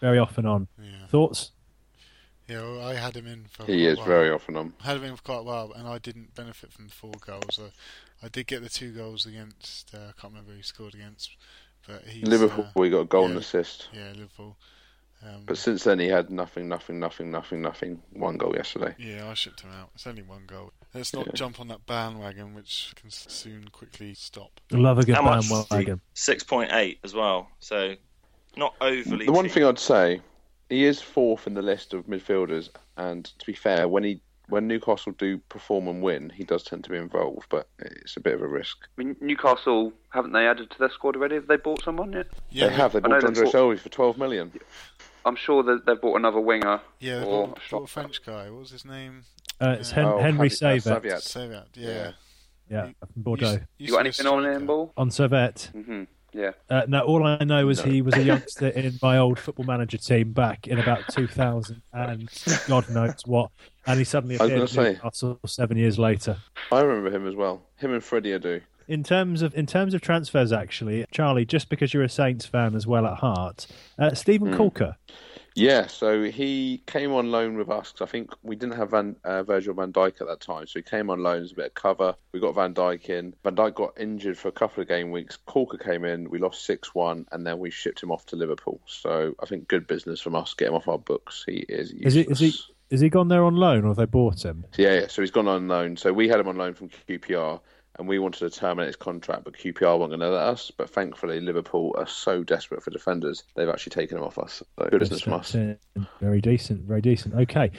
Very off and on. Yeah. Thoughts? Yeah, well, I had him in for He quite a is while. very often on. had him in for quite a while, and I didn't benefit from the four goals. Uh, I, I did get the two goals against. Uh, I can't remember who he scored against, but he's Liverpool, Uh, we got a goal and yeah. assist. yeah, Liverpool. Um, But since then, he had nothing, nothing, nothing, nothing, nothing. One goal yesterday. yeah, I shipped him out. It's only one goal. Let's not jump on that bandwagon, which can s- soon quickly stop. Love a good How much? bandwagon. Six point eight as well. So not overly. The one cheap. thing I'd say, he is fourth in the list of midfielders. And to be fair, when he when Newcastle do perform and win, he does tend to be involved. But it's a bit of a risk. I mean, Newcastle haven't they added to their squad already? Have they bought someone yet? Yeah, They have. They I know bought they Andrew bought- Silva for twelve million. I'm sure that they've bought another winger. Yeah, they or bought, bought a French guy. What was his name? Uh, it's Hen- Oh, Henry Javi- uh, Savet. Saviat. Saviat. Yeah. Yeah. yeah, from You Bordeaux. s- you saw got the anything on striker. him, ball? On Savet. hmm Yeah. Uh, no, all I know is Mm. No. he was a youngster in my old football manager team back in about 2000 and God knows what. And he suddenly I was appeared at gonna say. Newcastle seven years later. I remember him as well. Him and Freddie do. In terms of in terms of transfers, actually, Charlie, just because you're a Saints fan as well at heart, uh, Stephen Hmm. Coulter. Yeah, so he came on loan with us 'cause I think we didn't have Van, uh, Virgil van Dijk at that time. So he came on loan as a bit of cover. We got Van Dijk in. Van Dijk got injured for a couple of game weeks. Corker came in. We lost 6 1, and then we shipped him off to Liverpool. So I think good business from us. Get him off our books. He is Is it useless. is he Is he gone there on loan or have they bought him? Yeah, yeah. So he's gone on loan. So we had him on loan from QPR, and we wanted to terminate his contract, but QPR weren't going to let us. But thankfully, Liverpool are so desperate for defenders, they've actually taken him off us. So good business from us. uh, Very decent, very decent. Okay.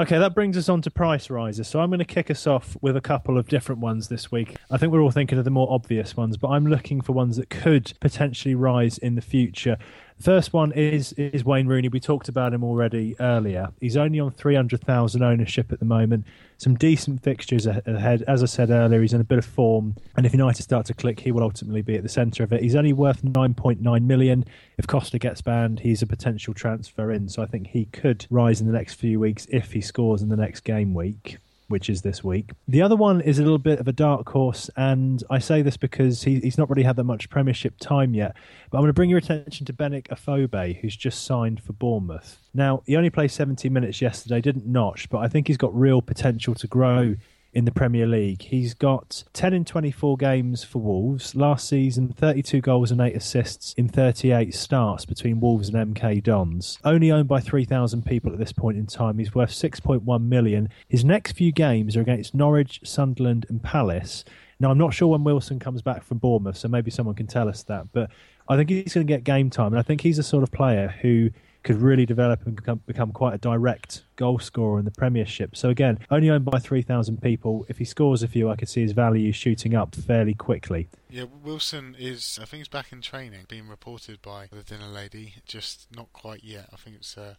Okay, that brings us on to price rises. So I'm going to kick us off with a couple of different ones this week. I think we're all thinking of the more obvious ones, but I'm looking for ones that could potentially rise in the future. First one is is Wayne Rooney. We talked about him already earlier. He's only on 300,000 ownership at the moment. Some decent fixtures a- ahead. As I said earlier, he's in a bit of form, and if United start to click, he will ultimately be at the centre of it. He's only worth 9.9 million. If Costa gets banned, he's a potential transfer in. So I think he could rise in the next few weeks if he scores in the next game week which is this week. The other one is a little bit of a dark horse, and I say this because he, he's not really had that much Premiership time yet. But I'm going to bring your attention to Benik Afobe, who's just signed for Bournemouth. Now, he only played 70 minutes yesterday, didn't notch, but I think he's got real potential to grow in the Premier League. He's got 10 in 24 games for Wolves. Last season, 32 goals and 8 assists in 38 starts between Wolves and MK Dons. Only owned by 3,000 people at this point in time. He's worth 6.1 million. His next few games are against Norwich, Sunderland, and Palace. Now, I'm not sure when Wilson comes back from Bournemouth, so maybe someone can tell us that. But I think he's going to get game time, and I think he's the sort of player who could really develop and become, become quite a direct goal scorer in the Premiership. So again, only owned by 3,000 people. If he scores a few, I could see his value shooting up fairly quickly. Yeah, Wilson is. I think he's back in training. Being reported by the dinner lady, just not quite yet. I think it's uh,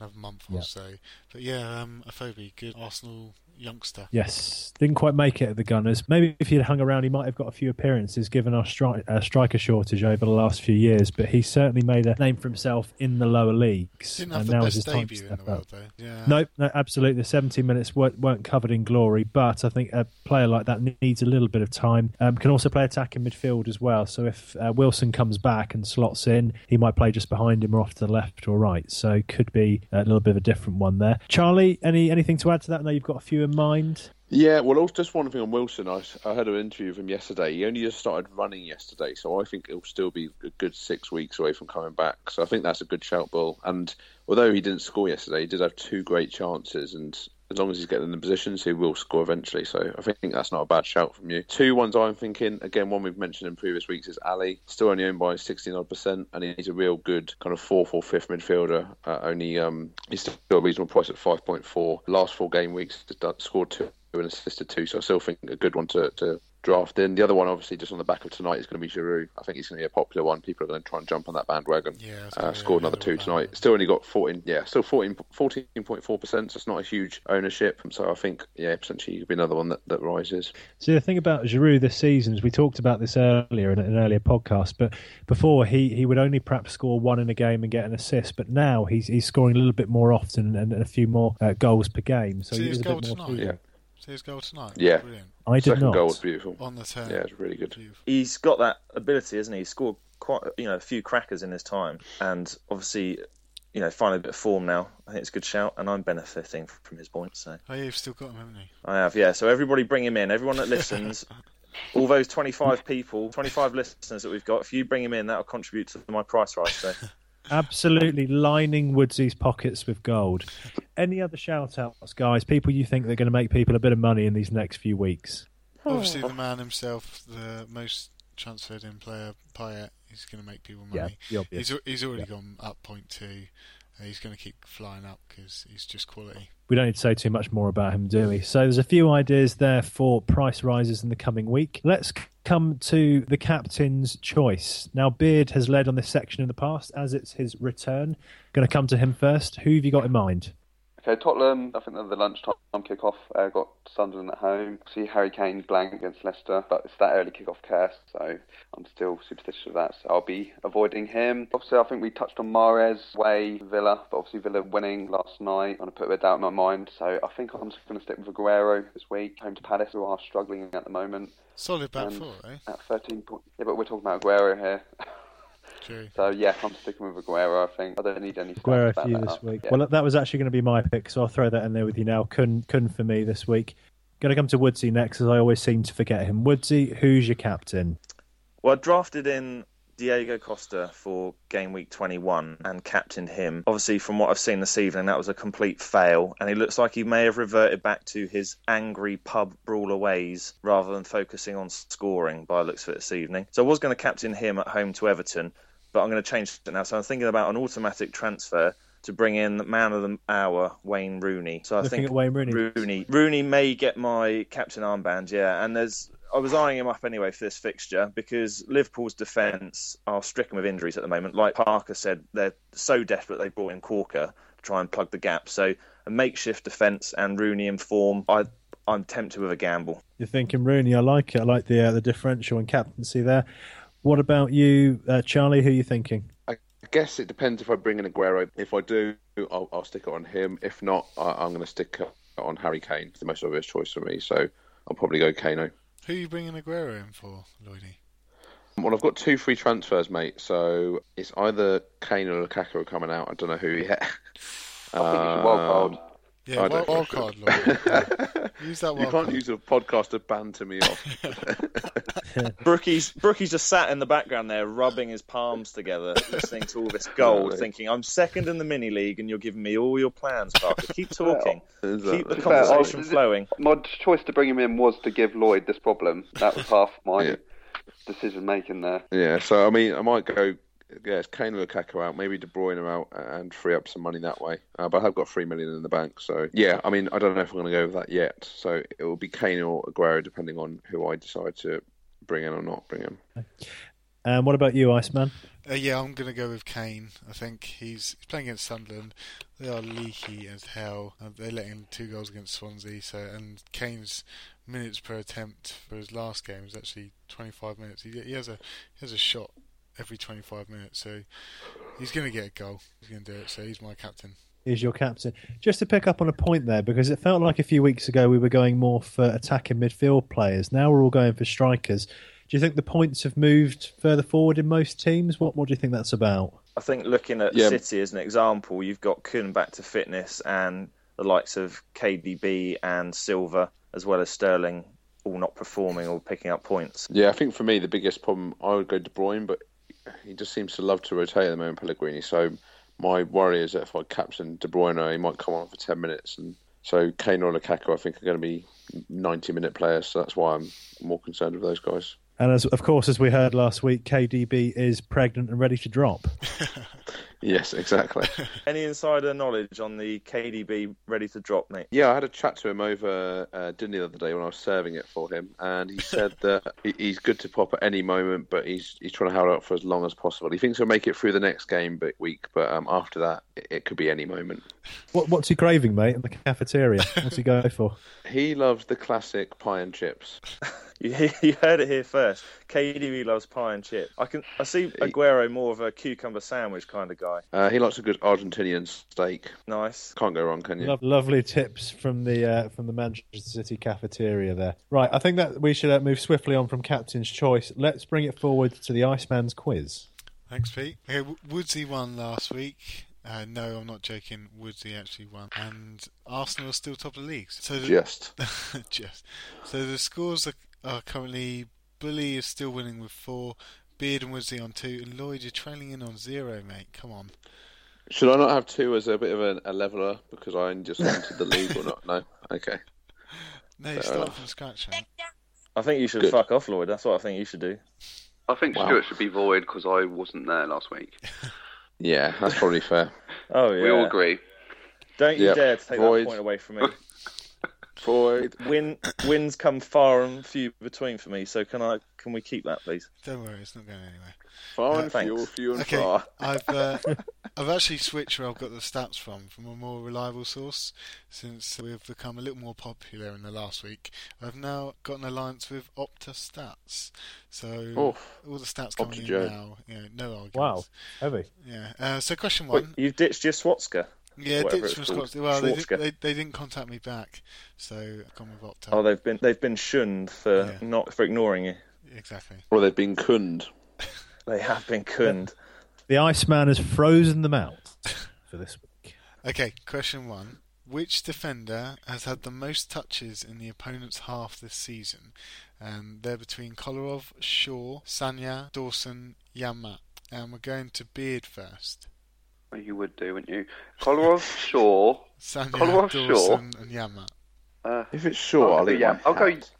another month or Yeah. so. But yeah, um, Afobe, good Arsenal youngster. Yes, didn't quite make it at the Gunners. Maybe if he'd hung around, he might have got a few appearances given our stri- uh, striker shortage over the last few years. But he certainly made a name for himself in the lower leagues. Didn't have and the now is best his time to debut in step the up. world though. Yeah. No, no, absolutely. The 17 minutes weren't, weren't covered in glory, but I think a player like that needs a little bit of time. Um, can also play attack in midfield as well. So if uh, Wilson comes back and slots in, he might play just behind him or off to the left or right. So could be a little bit of a different one there. Charlie, any anything to add to that? I know you've got a few in mind. Yeah, well, also just one thing on Wilson. I, I heard an interview of him yesterday. He only just started running yesterday, so I think he'll still be a good six weeks away from coming back. So I think that's a good shout, Bill. And although he didn't score yesterday, he did have two great chances, and as long as he's getting in the positions, he will score eventually. So I think that's not a bad shout from you. Two ones I'm thinking again. One we've mentioned in previous weeks is Ali, still only owned by 16 odd percent, and he's a real good kind of fourth or fifth midfielder. Uh, only um, he's still a reasonable price at 5.4. Last four game weeks, he's done- scored two and assisted two, so I still think a good one to, to draft in. The other one, obviously, just on the back of tonight, is going to be Giroud. I think he's going to be a popular one. People are going to try and jump on that bandwagon. Yeah, it's uh, gonna be scored another another two one. tonight. Still only got 14, yeah, still 14, 14.4%, so it's not a huge ownership. So I think, yeah, potentially could be another one that, that rises. See, the thing about Giroud this season is we talked about this earlier in an earlier podcast, but before he, he would only perhaps score one in a game and get an assist, but now he's he's scoring a little bit more often and, and a few more uh, goals per game. So See he his is a goal bit more. tonight. Yeah. See his goal tonight. Yeah. Brilliant. I did Second not. goal was beautiful. On the turn. Yeah, it's really good. Beautiful. he's got that ability, isn't he? He scored quite you know a few crackers in his time, and obviously you know finally a bit of form now. I think it's a good shout, and I'm benefiting from his points. So Oh, yeah, you've still got him, haven't you? I have, yeah. So everybody bring him in. Everyone that listens. All those 25 people, 25 listeners that we've got, if you bring him in, that'll contribute to my price rise. So Absolutely lining Woodsy's pockets with gold. Any other shout outs, guys? People you think they're going to make people a bit of money in these next few weeks? Obviously, Oh. the man himself, the most transferred in player, Payet, he's going to make people money. Yeah, the obvious. He's al- he's already gone up point two. Uh, he's going to keep flying up because he's just quality. we don't need to say too much more about him, do we? So there's a few ideas there for price rises in the coming week. Let's c- come to the captain's choice. Now, Beard has led on this section in the past as it's his return. Going to come to him first. Who have you got in mind? Okay, Tottenham, I think that the lunchtime kickoff uh, got Sunderland at home. See Harry Kane's blank against Leicester, but it's that early kickoff curse, so I'm still superstitious of that, so I'll be avoiding him. Obviously, I think we touched on Mares, Way, Villa, but obviously Villa winning last night. I'm going to put a bit of doubt in my mind, so I think I'm just going to stick with Aguero this week. Home to Palace, who are struggling at the moment Solid back Um, four, eh? at 13 points. Yeah, but we're talking about Aguero here. True. So yeah, I'm sticking with Aguero. I think I don't need any. stats Aguero about for you that this up. week. Uh, Yeah. Well, that was actually going to be my pick, so I'll throw that in there with you now. Kun, Kun for me this week. Going to come to Woodsy next, as I always seem to forget him. Woodsy, who's your captain? Well, I drafted in Diego Costa for game week 21 and captained him. Obviously, from what I've seen this evening, that was a complete fail, and he looks like he may have reverted back to his angry pub brawler ways rather than focusing on scoring by the looks of it this evening. So I was going to captain him at home to Everton, but I'm going to change it now. So I'm thinking about an automatic transfer to bring in the man of the hour, Wayne Rooney. So I Looking think at Wayne Rooney. Rooney. Rooney may get my captain armband, yeah. And there's I was eyeing him up anyway for this fixture because Liverpool's defence are stricken with injuries at the moment. Like Parker said, they're so desperate they brought in Corker to try and plug the gap. So a makeshift defence and Rooney in form, I I'm tempted with a gamble. You're thinking Rooney. I like it. I like the uh, the differential and captaincy there. What about you, uh, Charlie? Who are you thinking? I guess it depends if I bring in Aguero. If I do, I'll, I'll stick it on him. If not, I, I'm going to stick it on Harry Kane. It's the most obvious choice for me, so I'll probably go Kano. Who are you bringing Aguero in for, Lloydie? Well, I've got two free transfers, mate. So it's either Kane or Lukaku are coming out. I don't know who yet. I think it's a wild card. Yeah, I wild, don't wild know. card, Lloydie. Use that you wild can't card. use a podcast to banter me off. Brookie's Brookie's just sat in the background there, rubbing his palms together, listening to all this gold, thinking, "I'm second in the mini league, and you're giving me all your plans, Parker. Keep talking, keep the Exactly. conversation flowing." My choice to bring him in was to give Lloyd this problem. That was half my Yeah. decision making there. Yeah, so I mean, I might go. Yeah, it's Kane and Lukaku out, maybe De Bruyne are out, and free up some money that way. Uh, but I have got three million in the bank, so yeah. I mean, I don't know if I'm going to go with that yet. So it will be Kane or Aguero, depending on who I decide to bring in or not bring in. Um, what about you, Iceman? Uh, yeah, I'm going to go with Kane. I think he's, he's playing against Sunderland. They are leaky as hell. Uh, They let in two goals against Swansea. So and Kane's minutes per attempt for his last game was actually 25 minutes. He, he has a he has a shot every 25 minutes. So he's going to get a goal. He's going to do it. So he's my captain. Is your captain? Just to pick up on a point there, because it felt like a few weeks ago we were going more for attacking midfield players. Now we're all going for strikers. Do you think the points have moved further forward in most teams? What What do you think that's about? I think looking at Yeah. City as an example, you've got Kuhn back to fitness and the likes of KDB and Silva, as well as Sterling, all not performing or picking up points. Yeah, I think for me the biggest problem I would go De Bruyne, but he just seems to love to rotate at the moment, Pellegrini. So my worry is that if I captain De Bruyne, he might come on for ten minutes, and so Kane or Lukaku, I think are going to be ninety-minute players. So that's why I'm more concerned with those guys. And as of course, as we heard last week, KDB is pregnant and ready to drop. Yes, exactly. Any insider knowledge on the KDB ready to drop, mate? yeah, I had a chat to him over uh, dinner the other day when I was serving it for him, and he said that he- he's good to pop at any moment, but he's he's trying to hold out for as long as possible. He thinks he'll make it through the next game, but week, but um, after that, it, it could be any moment. What, what's he craving, mate, in the cafeteria? What's he going for? He loves the classic pie and chips. You, you heard it here first. KDB loves pie and chip. I can I see Aguero more of a cucumber sandwich kind of guy. Uh, he likes a good Argentinian steak. Nice. Can't go wrong, can you? Lo- lovely tips from the uh, from the Manchester City cafeteria there. Right, I think that we should uh, move swiftly on from captain's choice. Let's bring it forward to the Iceman's quiz. Thanks, Pete. Okay, W- Woodsy won last week. Uh, no, I'm not joking. Woodsy actually won, and Arsenal are still top of the league. So the, Just Just. So the scores are, are currently Bully is still winning with four, Beard and Woodsy on two, and Lloyd, you're trailing in on zero, mate. Come on. should I not have two as a bit of a, a leveler because I only just entered the league or not? No, okay. No, you start from scratch, eh? man. I think you should Good. fuck off, Lloyd. That's what I think you should do. I think Wow. Stuart should be void because I wasn't there last week. Yeah, that's probably fair. Oh yeah. We all agree. Don't you Yep. dare take Void. that point away from me. Void. Win wins come far and few between for me. So can I? Can we keep that, please? Don't worry, it's not going anywhere. Far and Thanks. few, few and Okay, far. I've uh, I've actually switched where I've got the stats from from a more reliable source since we've become a little more popular in the last week. I've now got an alliance with Opta Stats, so Oof. all the stats coming in Joe. now. Yeah, no arguments. Wow, heavy. Yeah. Uh, so question Wait, one. you've ditched your Swatska. Yeah, whatever ditch it's from called. Scots. Well, they, did, Schwarzka. they they didn't contact me back, so I've gone with Opta. Oh, they've been they've been shunned for Yeah. not for ignoring you. exactly. Or they've been cund. They have been cunned. The Iceman has frozen them out for this week. Okay, question one: Which defender has had the most touches in the opponent's half this season? Um, they're between Kolarov, Shaw, Sanya, Dawson, Yammat. And we're going to Beard first. Well, Oh, you would do, wouldn't you? Kolarov, Shaw. Sanya, Kolarov, Shaw. Dawson, and Yammat. Uh, If it's short, I'll, I'll go leave Yam- my I'll go- hat.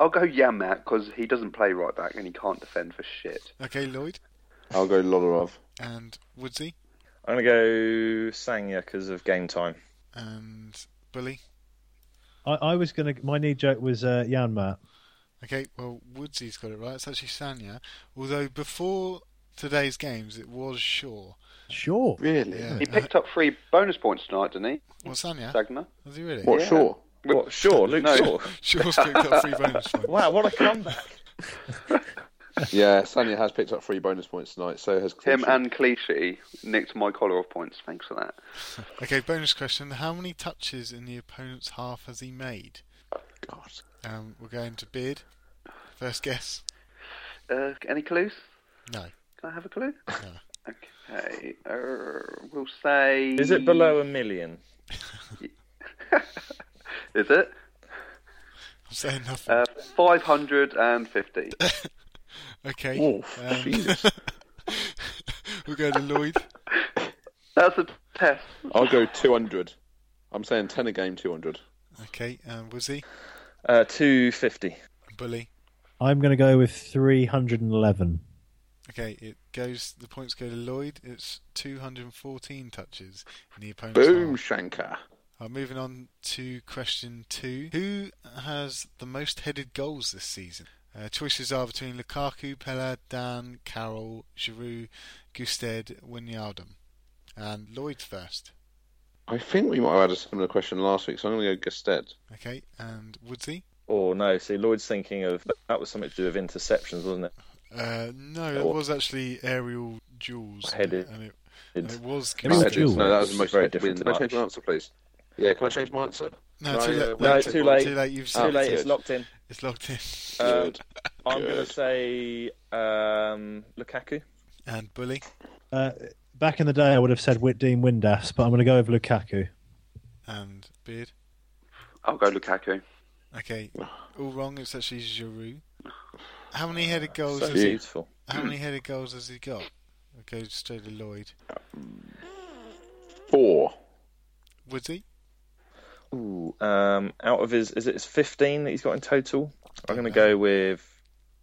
I'll go Yamat because he doesn't play right back and he can't defend for shit. Okay, Lloyd I'll go Lodorov. and Woodsy I'm gonna go Sanya because of game time. and Bully. I, I was gonna. My knee joke was uh, Jan Matt. Okay, well, Woodsy's got it right. It's actually Sanya. Although before today's games, it was Shaw. Sure. Really? Yeah. He picked up three bonus points tonight, didn't he? Well, Sanya? Sagna. Was he really? What Yeah. short? What? Sure, Luke. No. Sure. Shaw's picked up three bonus points. Wow, what a comeback! Yeah, Sanya has picked up three bonus points tonight. So has Him Crucial. and Clichy nicked my collar off points. Thanks for that. Okay, bonus question. How many touches in the opponent's half has he made? God. Um, we're going to Beard. First guess? Uh, any clues? No. Can I have a clue? No. Okay. Uh, we'll say. Is it below a million? Is it? I'm saying nothing. Uh, 550. okay. Oof, um, Jesus. we're going to Lloyd. That's a test. I'll go 200. I'm saying 10 a game, 200. Okay, um, Woodsy. Uh, two fifty. Bully. I'm gonna go with 311. Okay, it goes. The points go to Lloyd. It's 214 touches in the opponent's Boom, half. Shankar. Uh, moving on to question two. Who has the most headed goals this season? Uh, choices are between Lukaku, Pella, Dan, Carroll, Giroud, Gusted, Wijnaldum. And Lloyd first. I think we might have had a similar question last week, so I'm going to go Gusted. Okay, and Woodsy? Oh no! See, Lloyd's thinking of that was something to do with interceptions, wasn't it? Uh, no, it Or- was actually aerial duels. Oh. Headed. And it, and it was It was Uh, Gusted. No, Gusted. duels. that was the most Very Can different I change my match. answer, please? Yeah, can I change my answer? No, too No, late. uh, no, too late. Ah, Too late. You've Too said late. it. It's locked in. It's locked in. Um, Good. I'm Good. gonna say um, Lukaku. And Bully. Uh, back in the day, I would have said Whit Dean Windass, but I'm gonna go with Lukaku. And Beard. I'll go Lukaku. Okay, all wrong. It's actually Giroud. How many headed goals? So has he, beautiful. how many headed goals has he got? It goes straight to Lloyd. Four. Woodsy. Ooh, um, out of his, is it his 15 that he's got in total? I'm going to go with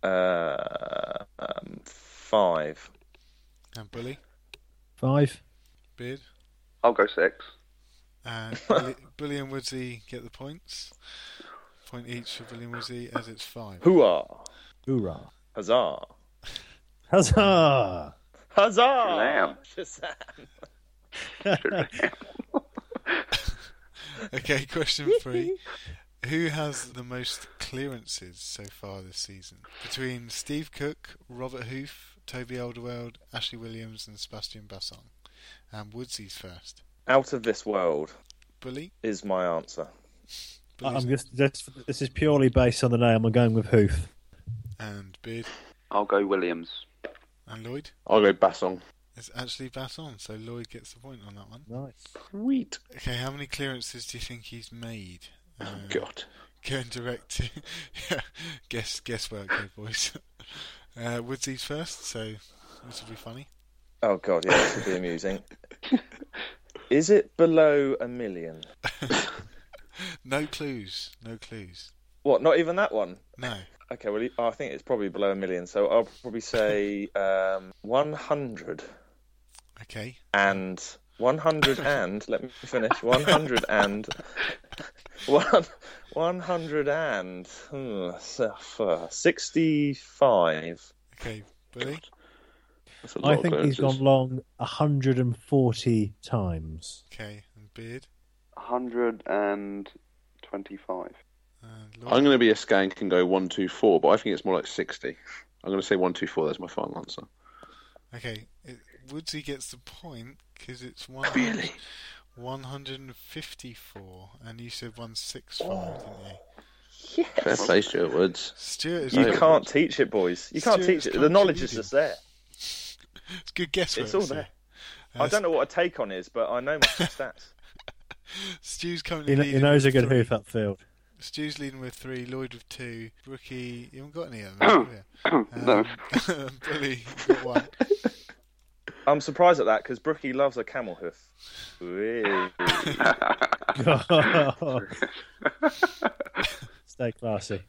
uh, um, five. And Bully. Five. Beard. I'll go six. And Bully, Bully and Woodsy get the points. Point each for Bully and Woodsy as it's five. Hooah! Hoorah. Huzzah! Huzzah! Huzzah! Shazam! Okay, question three. Who has the most clearances so far this season? Between Steve Cook, Robert Hoof, Toby Alderweireld, Ashley Williams, and Sebastian Bassong. And Woodsy's first. Out of this world Bully. is my answer. I- Bully's I'm just, this, this is purely based on the name. I'm going with Hoof. and Beard I'll go Williams. and Lloyd. I'll go Bassong. It's actually Baton, so Lloyd gets the point on that one. Nice. Sweet. Okay, how many clearances do you think he's made? Oh, Uh, God. Going direct to yeah, guess guesswork here, boys. Uh, Woodsy's first, so this will be funny. Oh, God, yeah, this would be amusing. is it below a million? No clues, no clues. What, not even that one? No, Okay, well, I think it's probably below a million, so I'll probably say um, 100. okay. and 100 and let me finish 100 and one, 100 and hmm, so, uh, 65 Okay, Billy, That's a lot I of think he's clearances. gone long 140 times. okay, and Beard, 125. and I'm Lloyd. going to be a skank and go 124, but I think it's more like 60. I'm going to say 124. That's my final answer. Okay, it, Woodsy gets the point because it's one really? 154, and you said 164, didn't you? Fair play, Stuart Woods. Stuart is you Right. can't teach it boys you can't Stuart's teach it the knowledge is contributing. just there It's good guesswork. it's all Stu. there Uh, i don't know what a take on is but i know my stats Stu's currently He, kn- leading. he knows a with good three, hoof upfield. Stu's leading with three, Lloyd with two, Brookie. You haven't got any of them, have you? No. Um, Billy got one. I'm surprised at that because Brookie loves a camel hoof. Whee. Stay classy.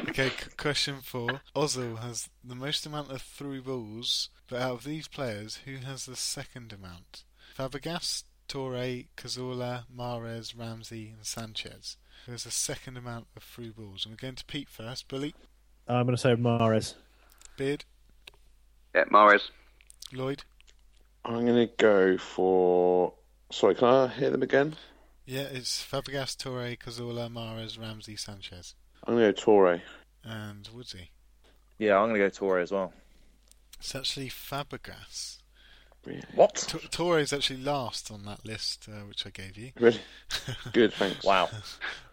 Okay, c- question four. Ozil has the most amount of through balls, but out of these players, who has the second amount? Fabregas, Torre, Cazorla, Mares, Ramsey, and Sanchez. Who has the second amount of through balls? And we're going to Pete first. Billy, I'm going to say Mares. Beard, Yeah, Mares. Lloyd. I'm going to go for. Sorry, can I hear them again? Yeah, it's Fabregas, Torre, Cazorla, Mares, Ramsey, Sanchez, I'm going to go Torre. and Woodsy. Yeah, I'm going to go Torre as well. It's actually Fabregas. What? T- Torre's actually last on that list, uh, which I gave you. Really? Good, thanks. Wow.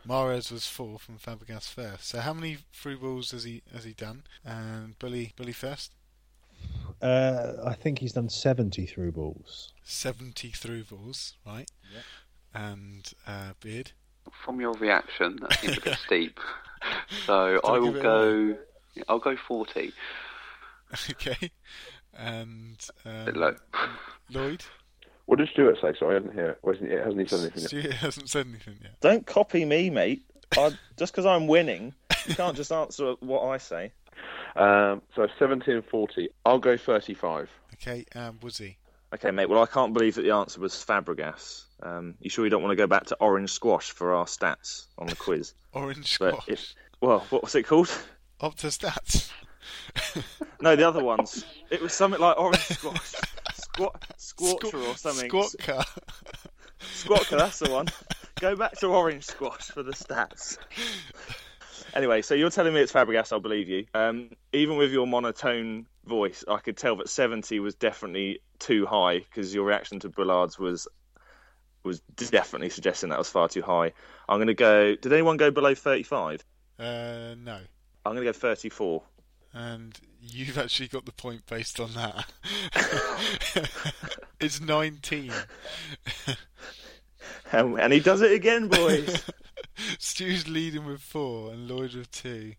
Mares was fourth and Fabregas first. So how many through balls has he has he done? And Billy Billy first, Uh, I think he's done 70 through balls. seventy through balls, right? And uh, Beard, From your reaction, that seems a bit steep. So Don't I will give it go. I'll go 40. okay, and A bit um, low. Lloyd. What did Stuart say? Sorry, I didn't hear it. Wasn't it? Hasn't he said anything? yet? Stuart hasn't said anything yet. Don't copy me, mate. I, just because I'm winning, you can't just answer what I say. Um, so 70 and 40. I'll go 35. Okay, um, Woodsy. Okay, mate. Well, I can't believe that the answer was Fabregas. Um, you sure you don't want to go back to orange squash for our stats on the quiz? Orange But squash. if, well, what was it called? Opta stats. No, the other ones. It was something like orange squash, squat, squatter or something. Squat car. Squatka, that's the one. Go back to orange squash for the stats. Anyway, so you're telling me it's Fabregas. I'll believe you. Um, even with your monotone voice, I could tell that 70 was definitely too high because your reaction to Bullard's was was definitely suggesting that was far too high. I'm going to go. Did anyone go below 35? Uh, no. I'm going to go 34. And you've actually got the point based on that. it's 19. And, and he does it again, boys. Stu's leading with four and Lloyd with two,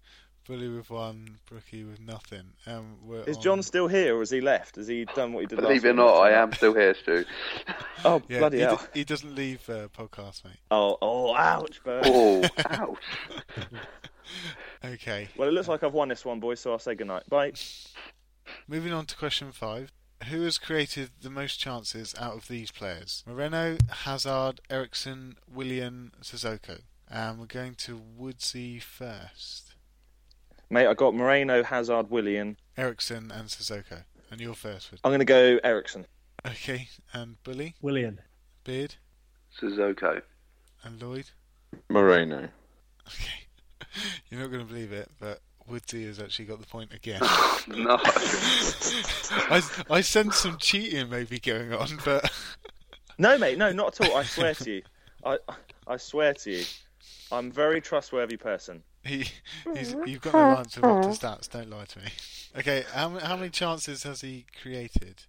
Bully with one, Brookie with nothing. Um, we're Is on- John still here or has he left? Has he done what he did last Believe it or week? not, I am still here, Stu. Oh, Yeah, bloody he, hell. d- he doesn't leave uh, podcast, mate. Oh, oh, ouch, Bert. Oh, ouch. Okay, Well, it looks like I've won this one, boys, so I'll say goodnight. Bye. moving on to question five. Who has created the most chances out of these players? Moreno, Hazard, Ericsson, Willian, Sissoko. And we're going to Woodsy first. Mate, I got Moreno, Hazard, Willian. Ericsson and Sissoko. And you're first, Wood. I'm going to go Ericsson. Okay, and Bully, Willian. Beard, Suzoko. and Lloyd. Moreno. Okay. You're not going to believe it, but Woodsy has actually got the point again. No. I, I sense some cheating maybe going on, but No, mate, no, not at all. I swear to you. I, I swear to you. I'm a very trustworthy person. he, he's, you've got no answer up to stats. Don't lie to me. Okay, how, ma- how many chances has he created?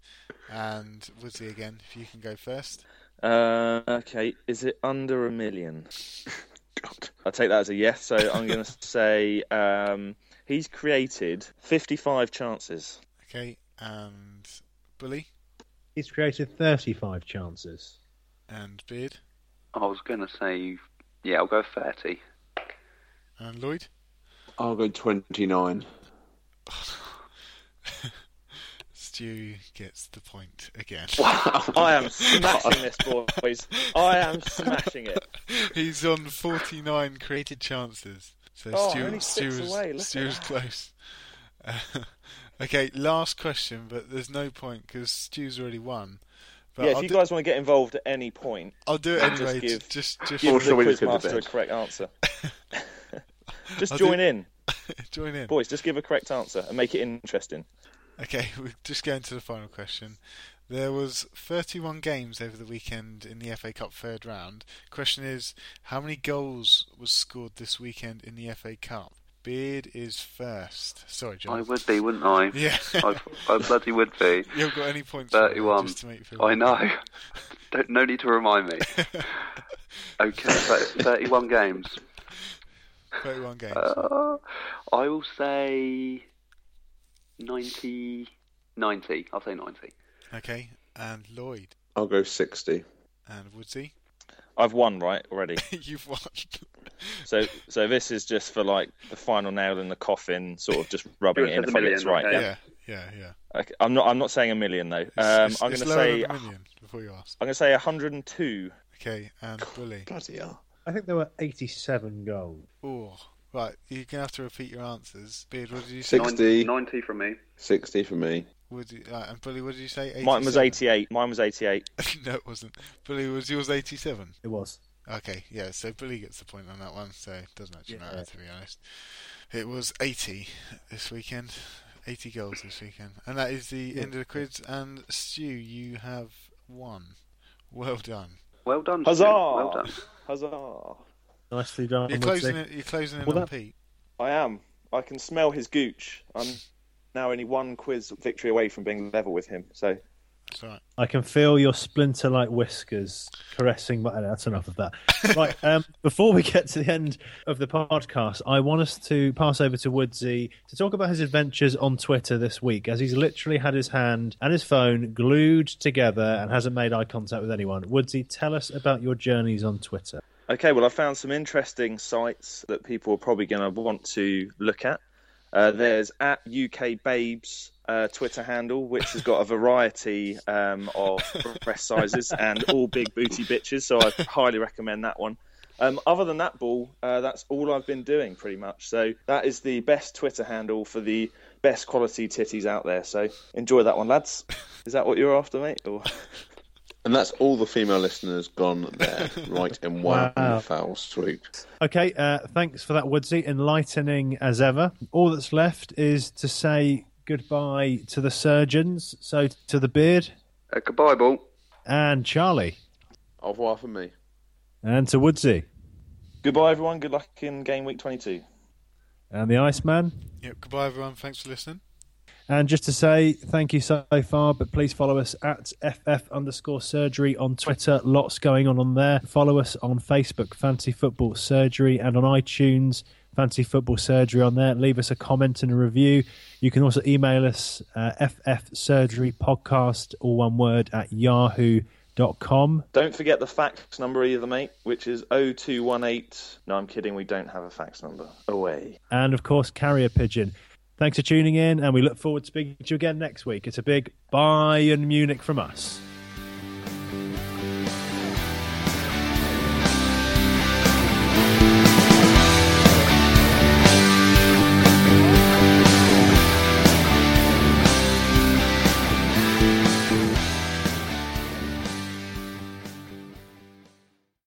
And Woodsy again, if you can go first. Uh, okay, is it under a million? God. I take that as a yes, so I'm going to say um, he's created 55 chances. Okay, and Bully He's created 35 chances. and Beard I was going to say, yeah, I'll go 30. and Lloyd. I'll go 29. Stu gets the point again. I am smashing this, boys. I am smashing it. He's on 49 created chances. So Oh, Stu, only Stu, six was, away, look Stu at was close. Uh, okay, last question, but there's no point because Stu's already won. But Yeah, I'll, if you do, guys want to get involved at any point, I'll do it just anyway. j- give- Just, just, give the shall we quiz just give the master a best? correct answer. just I join think- in, join in. boys. Just give a correct answer and make it interesting. Okay, we're just going to the final question. There was 31 games over the weekend in the FA Cup third round. Question is, how many goals was scored this weekend in the FA Cup? Beard is first. Sorry, John. I would be, wouldn't I? Yeah. I, I bloody would be. You haven't got any points. for that, 31. Just to make you feel I know. Don't, no need to remind me. Okay, so 31 games. 31 games. Uh, I will say 90. 90. I'll say 90. Okay. And Lloyd I'll go 60. and Woodsy, I've won right already. you've won. So so this is just for like the final nail in the coffin, sort of just rubbing Do it it for in the if I get this million, right. okay. Yeah. yeah, yeah, yeah. Okay, I'm not I'm not saying a million though. It's, Um, it's- I'm it's gonna lower say than a I'm million before you ask. gonna say 102. Okay, and Bully. Bloody hell. I think there were 87 goals. Oh, right. You're gonna have to repeat your answers. Beard, what did you say? Six. 60. 90 from me. 60 for me. Woody, uh, and Bully, what did you say? Mine was 87? 88. Mine was 88. no, it wasn't. Bully was yours 87. It was. Okay, yeah. So Bully gets the point on that one. So it doesn't actually Yeah. matter to be honest. It was 80 this weekend. 80 goals this weekend, and that is the end of the quiz. And Stu, you have won. Well done. Well done. Stu. Huzzah! Well done. Huzzah! Nicely done. You're Woodsy. closing. It, you're closing in Well, on that- Pete. I am. I can smell his gooch. I'm now only one quiz victory away from being level with him. So That's right. I can feel your splinter like whiskers caressing my. That's enough of that. Right, um, before we get to the end of the podcast, I want us to pass over to Woodsy to talk about his adventures on Twitter this week, as he's literally had his hand and his phone glued together and hasn't made eye contact with anyone. Woodsy, tell us about your journeys on Twitter. Okay, well, I found some interesting sites that people are probably going to want to look at. Uh, there's at UK Babes uh, Twitter handle, which has got a variety um, of breast sizes and all big booty bitches, so I highly recommend that one. Um, other than that ball, uh, that's all I've been doing pretty much. So that is the best Twitter handle for the best quality titties out there. So enjoy that one, lads. Is that what you're after, mate? Or... And that's all the female listeners gone there, right in one Wow. foul swoop. Okay, uh, thanks for that, Woodsy. Enlightening as ever. All that's left is to say goodbye to the surgeons, so to the beard Uh, goodbye, ball. and Charlie Au revoir for me. and to Woodsy. Goodbye, everyone. Good luck in game week 22. and the Iceman. Yep. Goodbye, everyone. Thanks for listening. And just to say thank you so far, but please follow us at FF underscore surgery on Twitter. Lots going on on there. Follow us on Facebook, Fancy Football Surgery, and on iTunes, Fancy Football Surgery on there. Leave us a comment and a review. You can also email us, uh, FF Surgery Podcast, all one word, at yahoo.com. Don't forget the fax number either, mate, which is 0218. No, I'm kidding. We don't have a fax number. Away. And of course, Carrier Pigeon. Thanks for tuning in, and we look forward to speaking to you again next week. It's a big bye in Munich from us.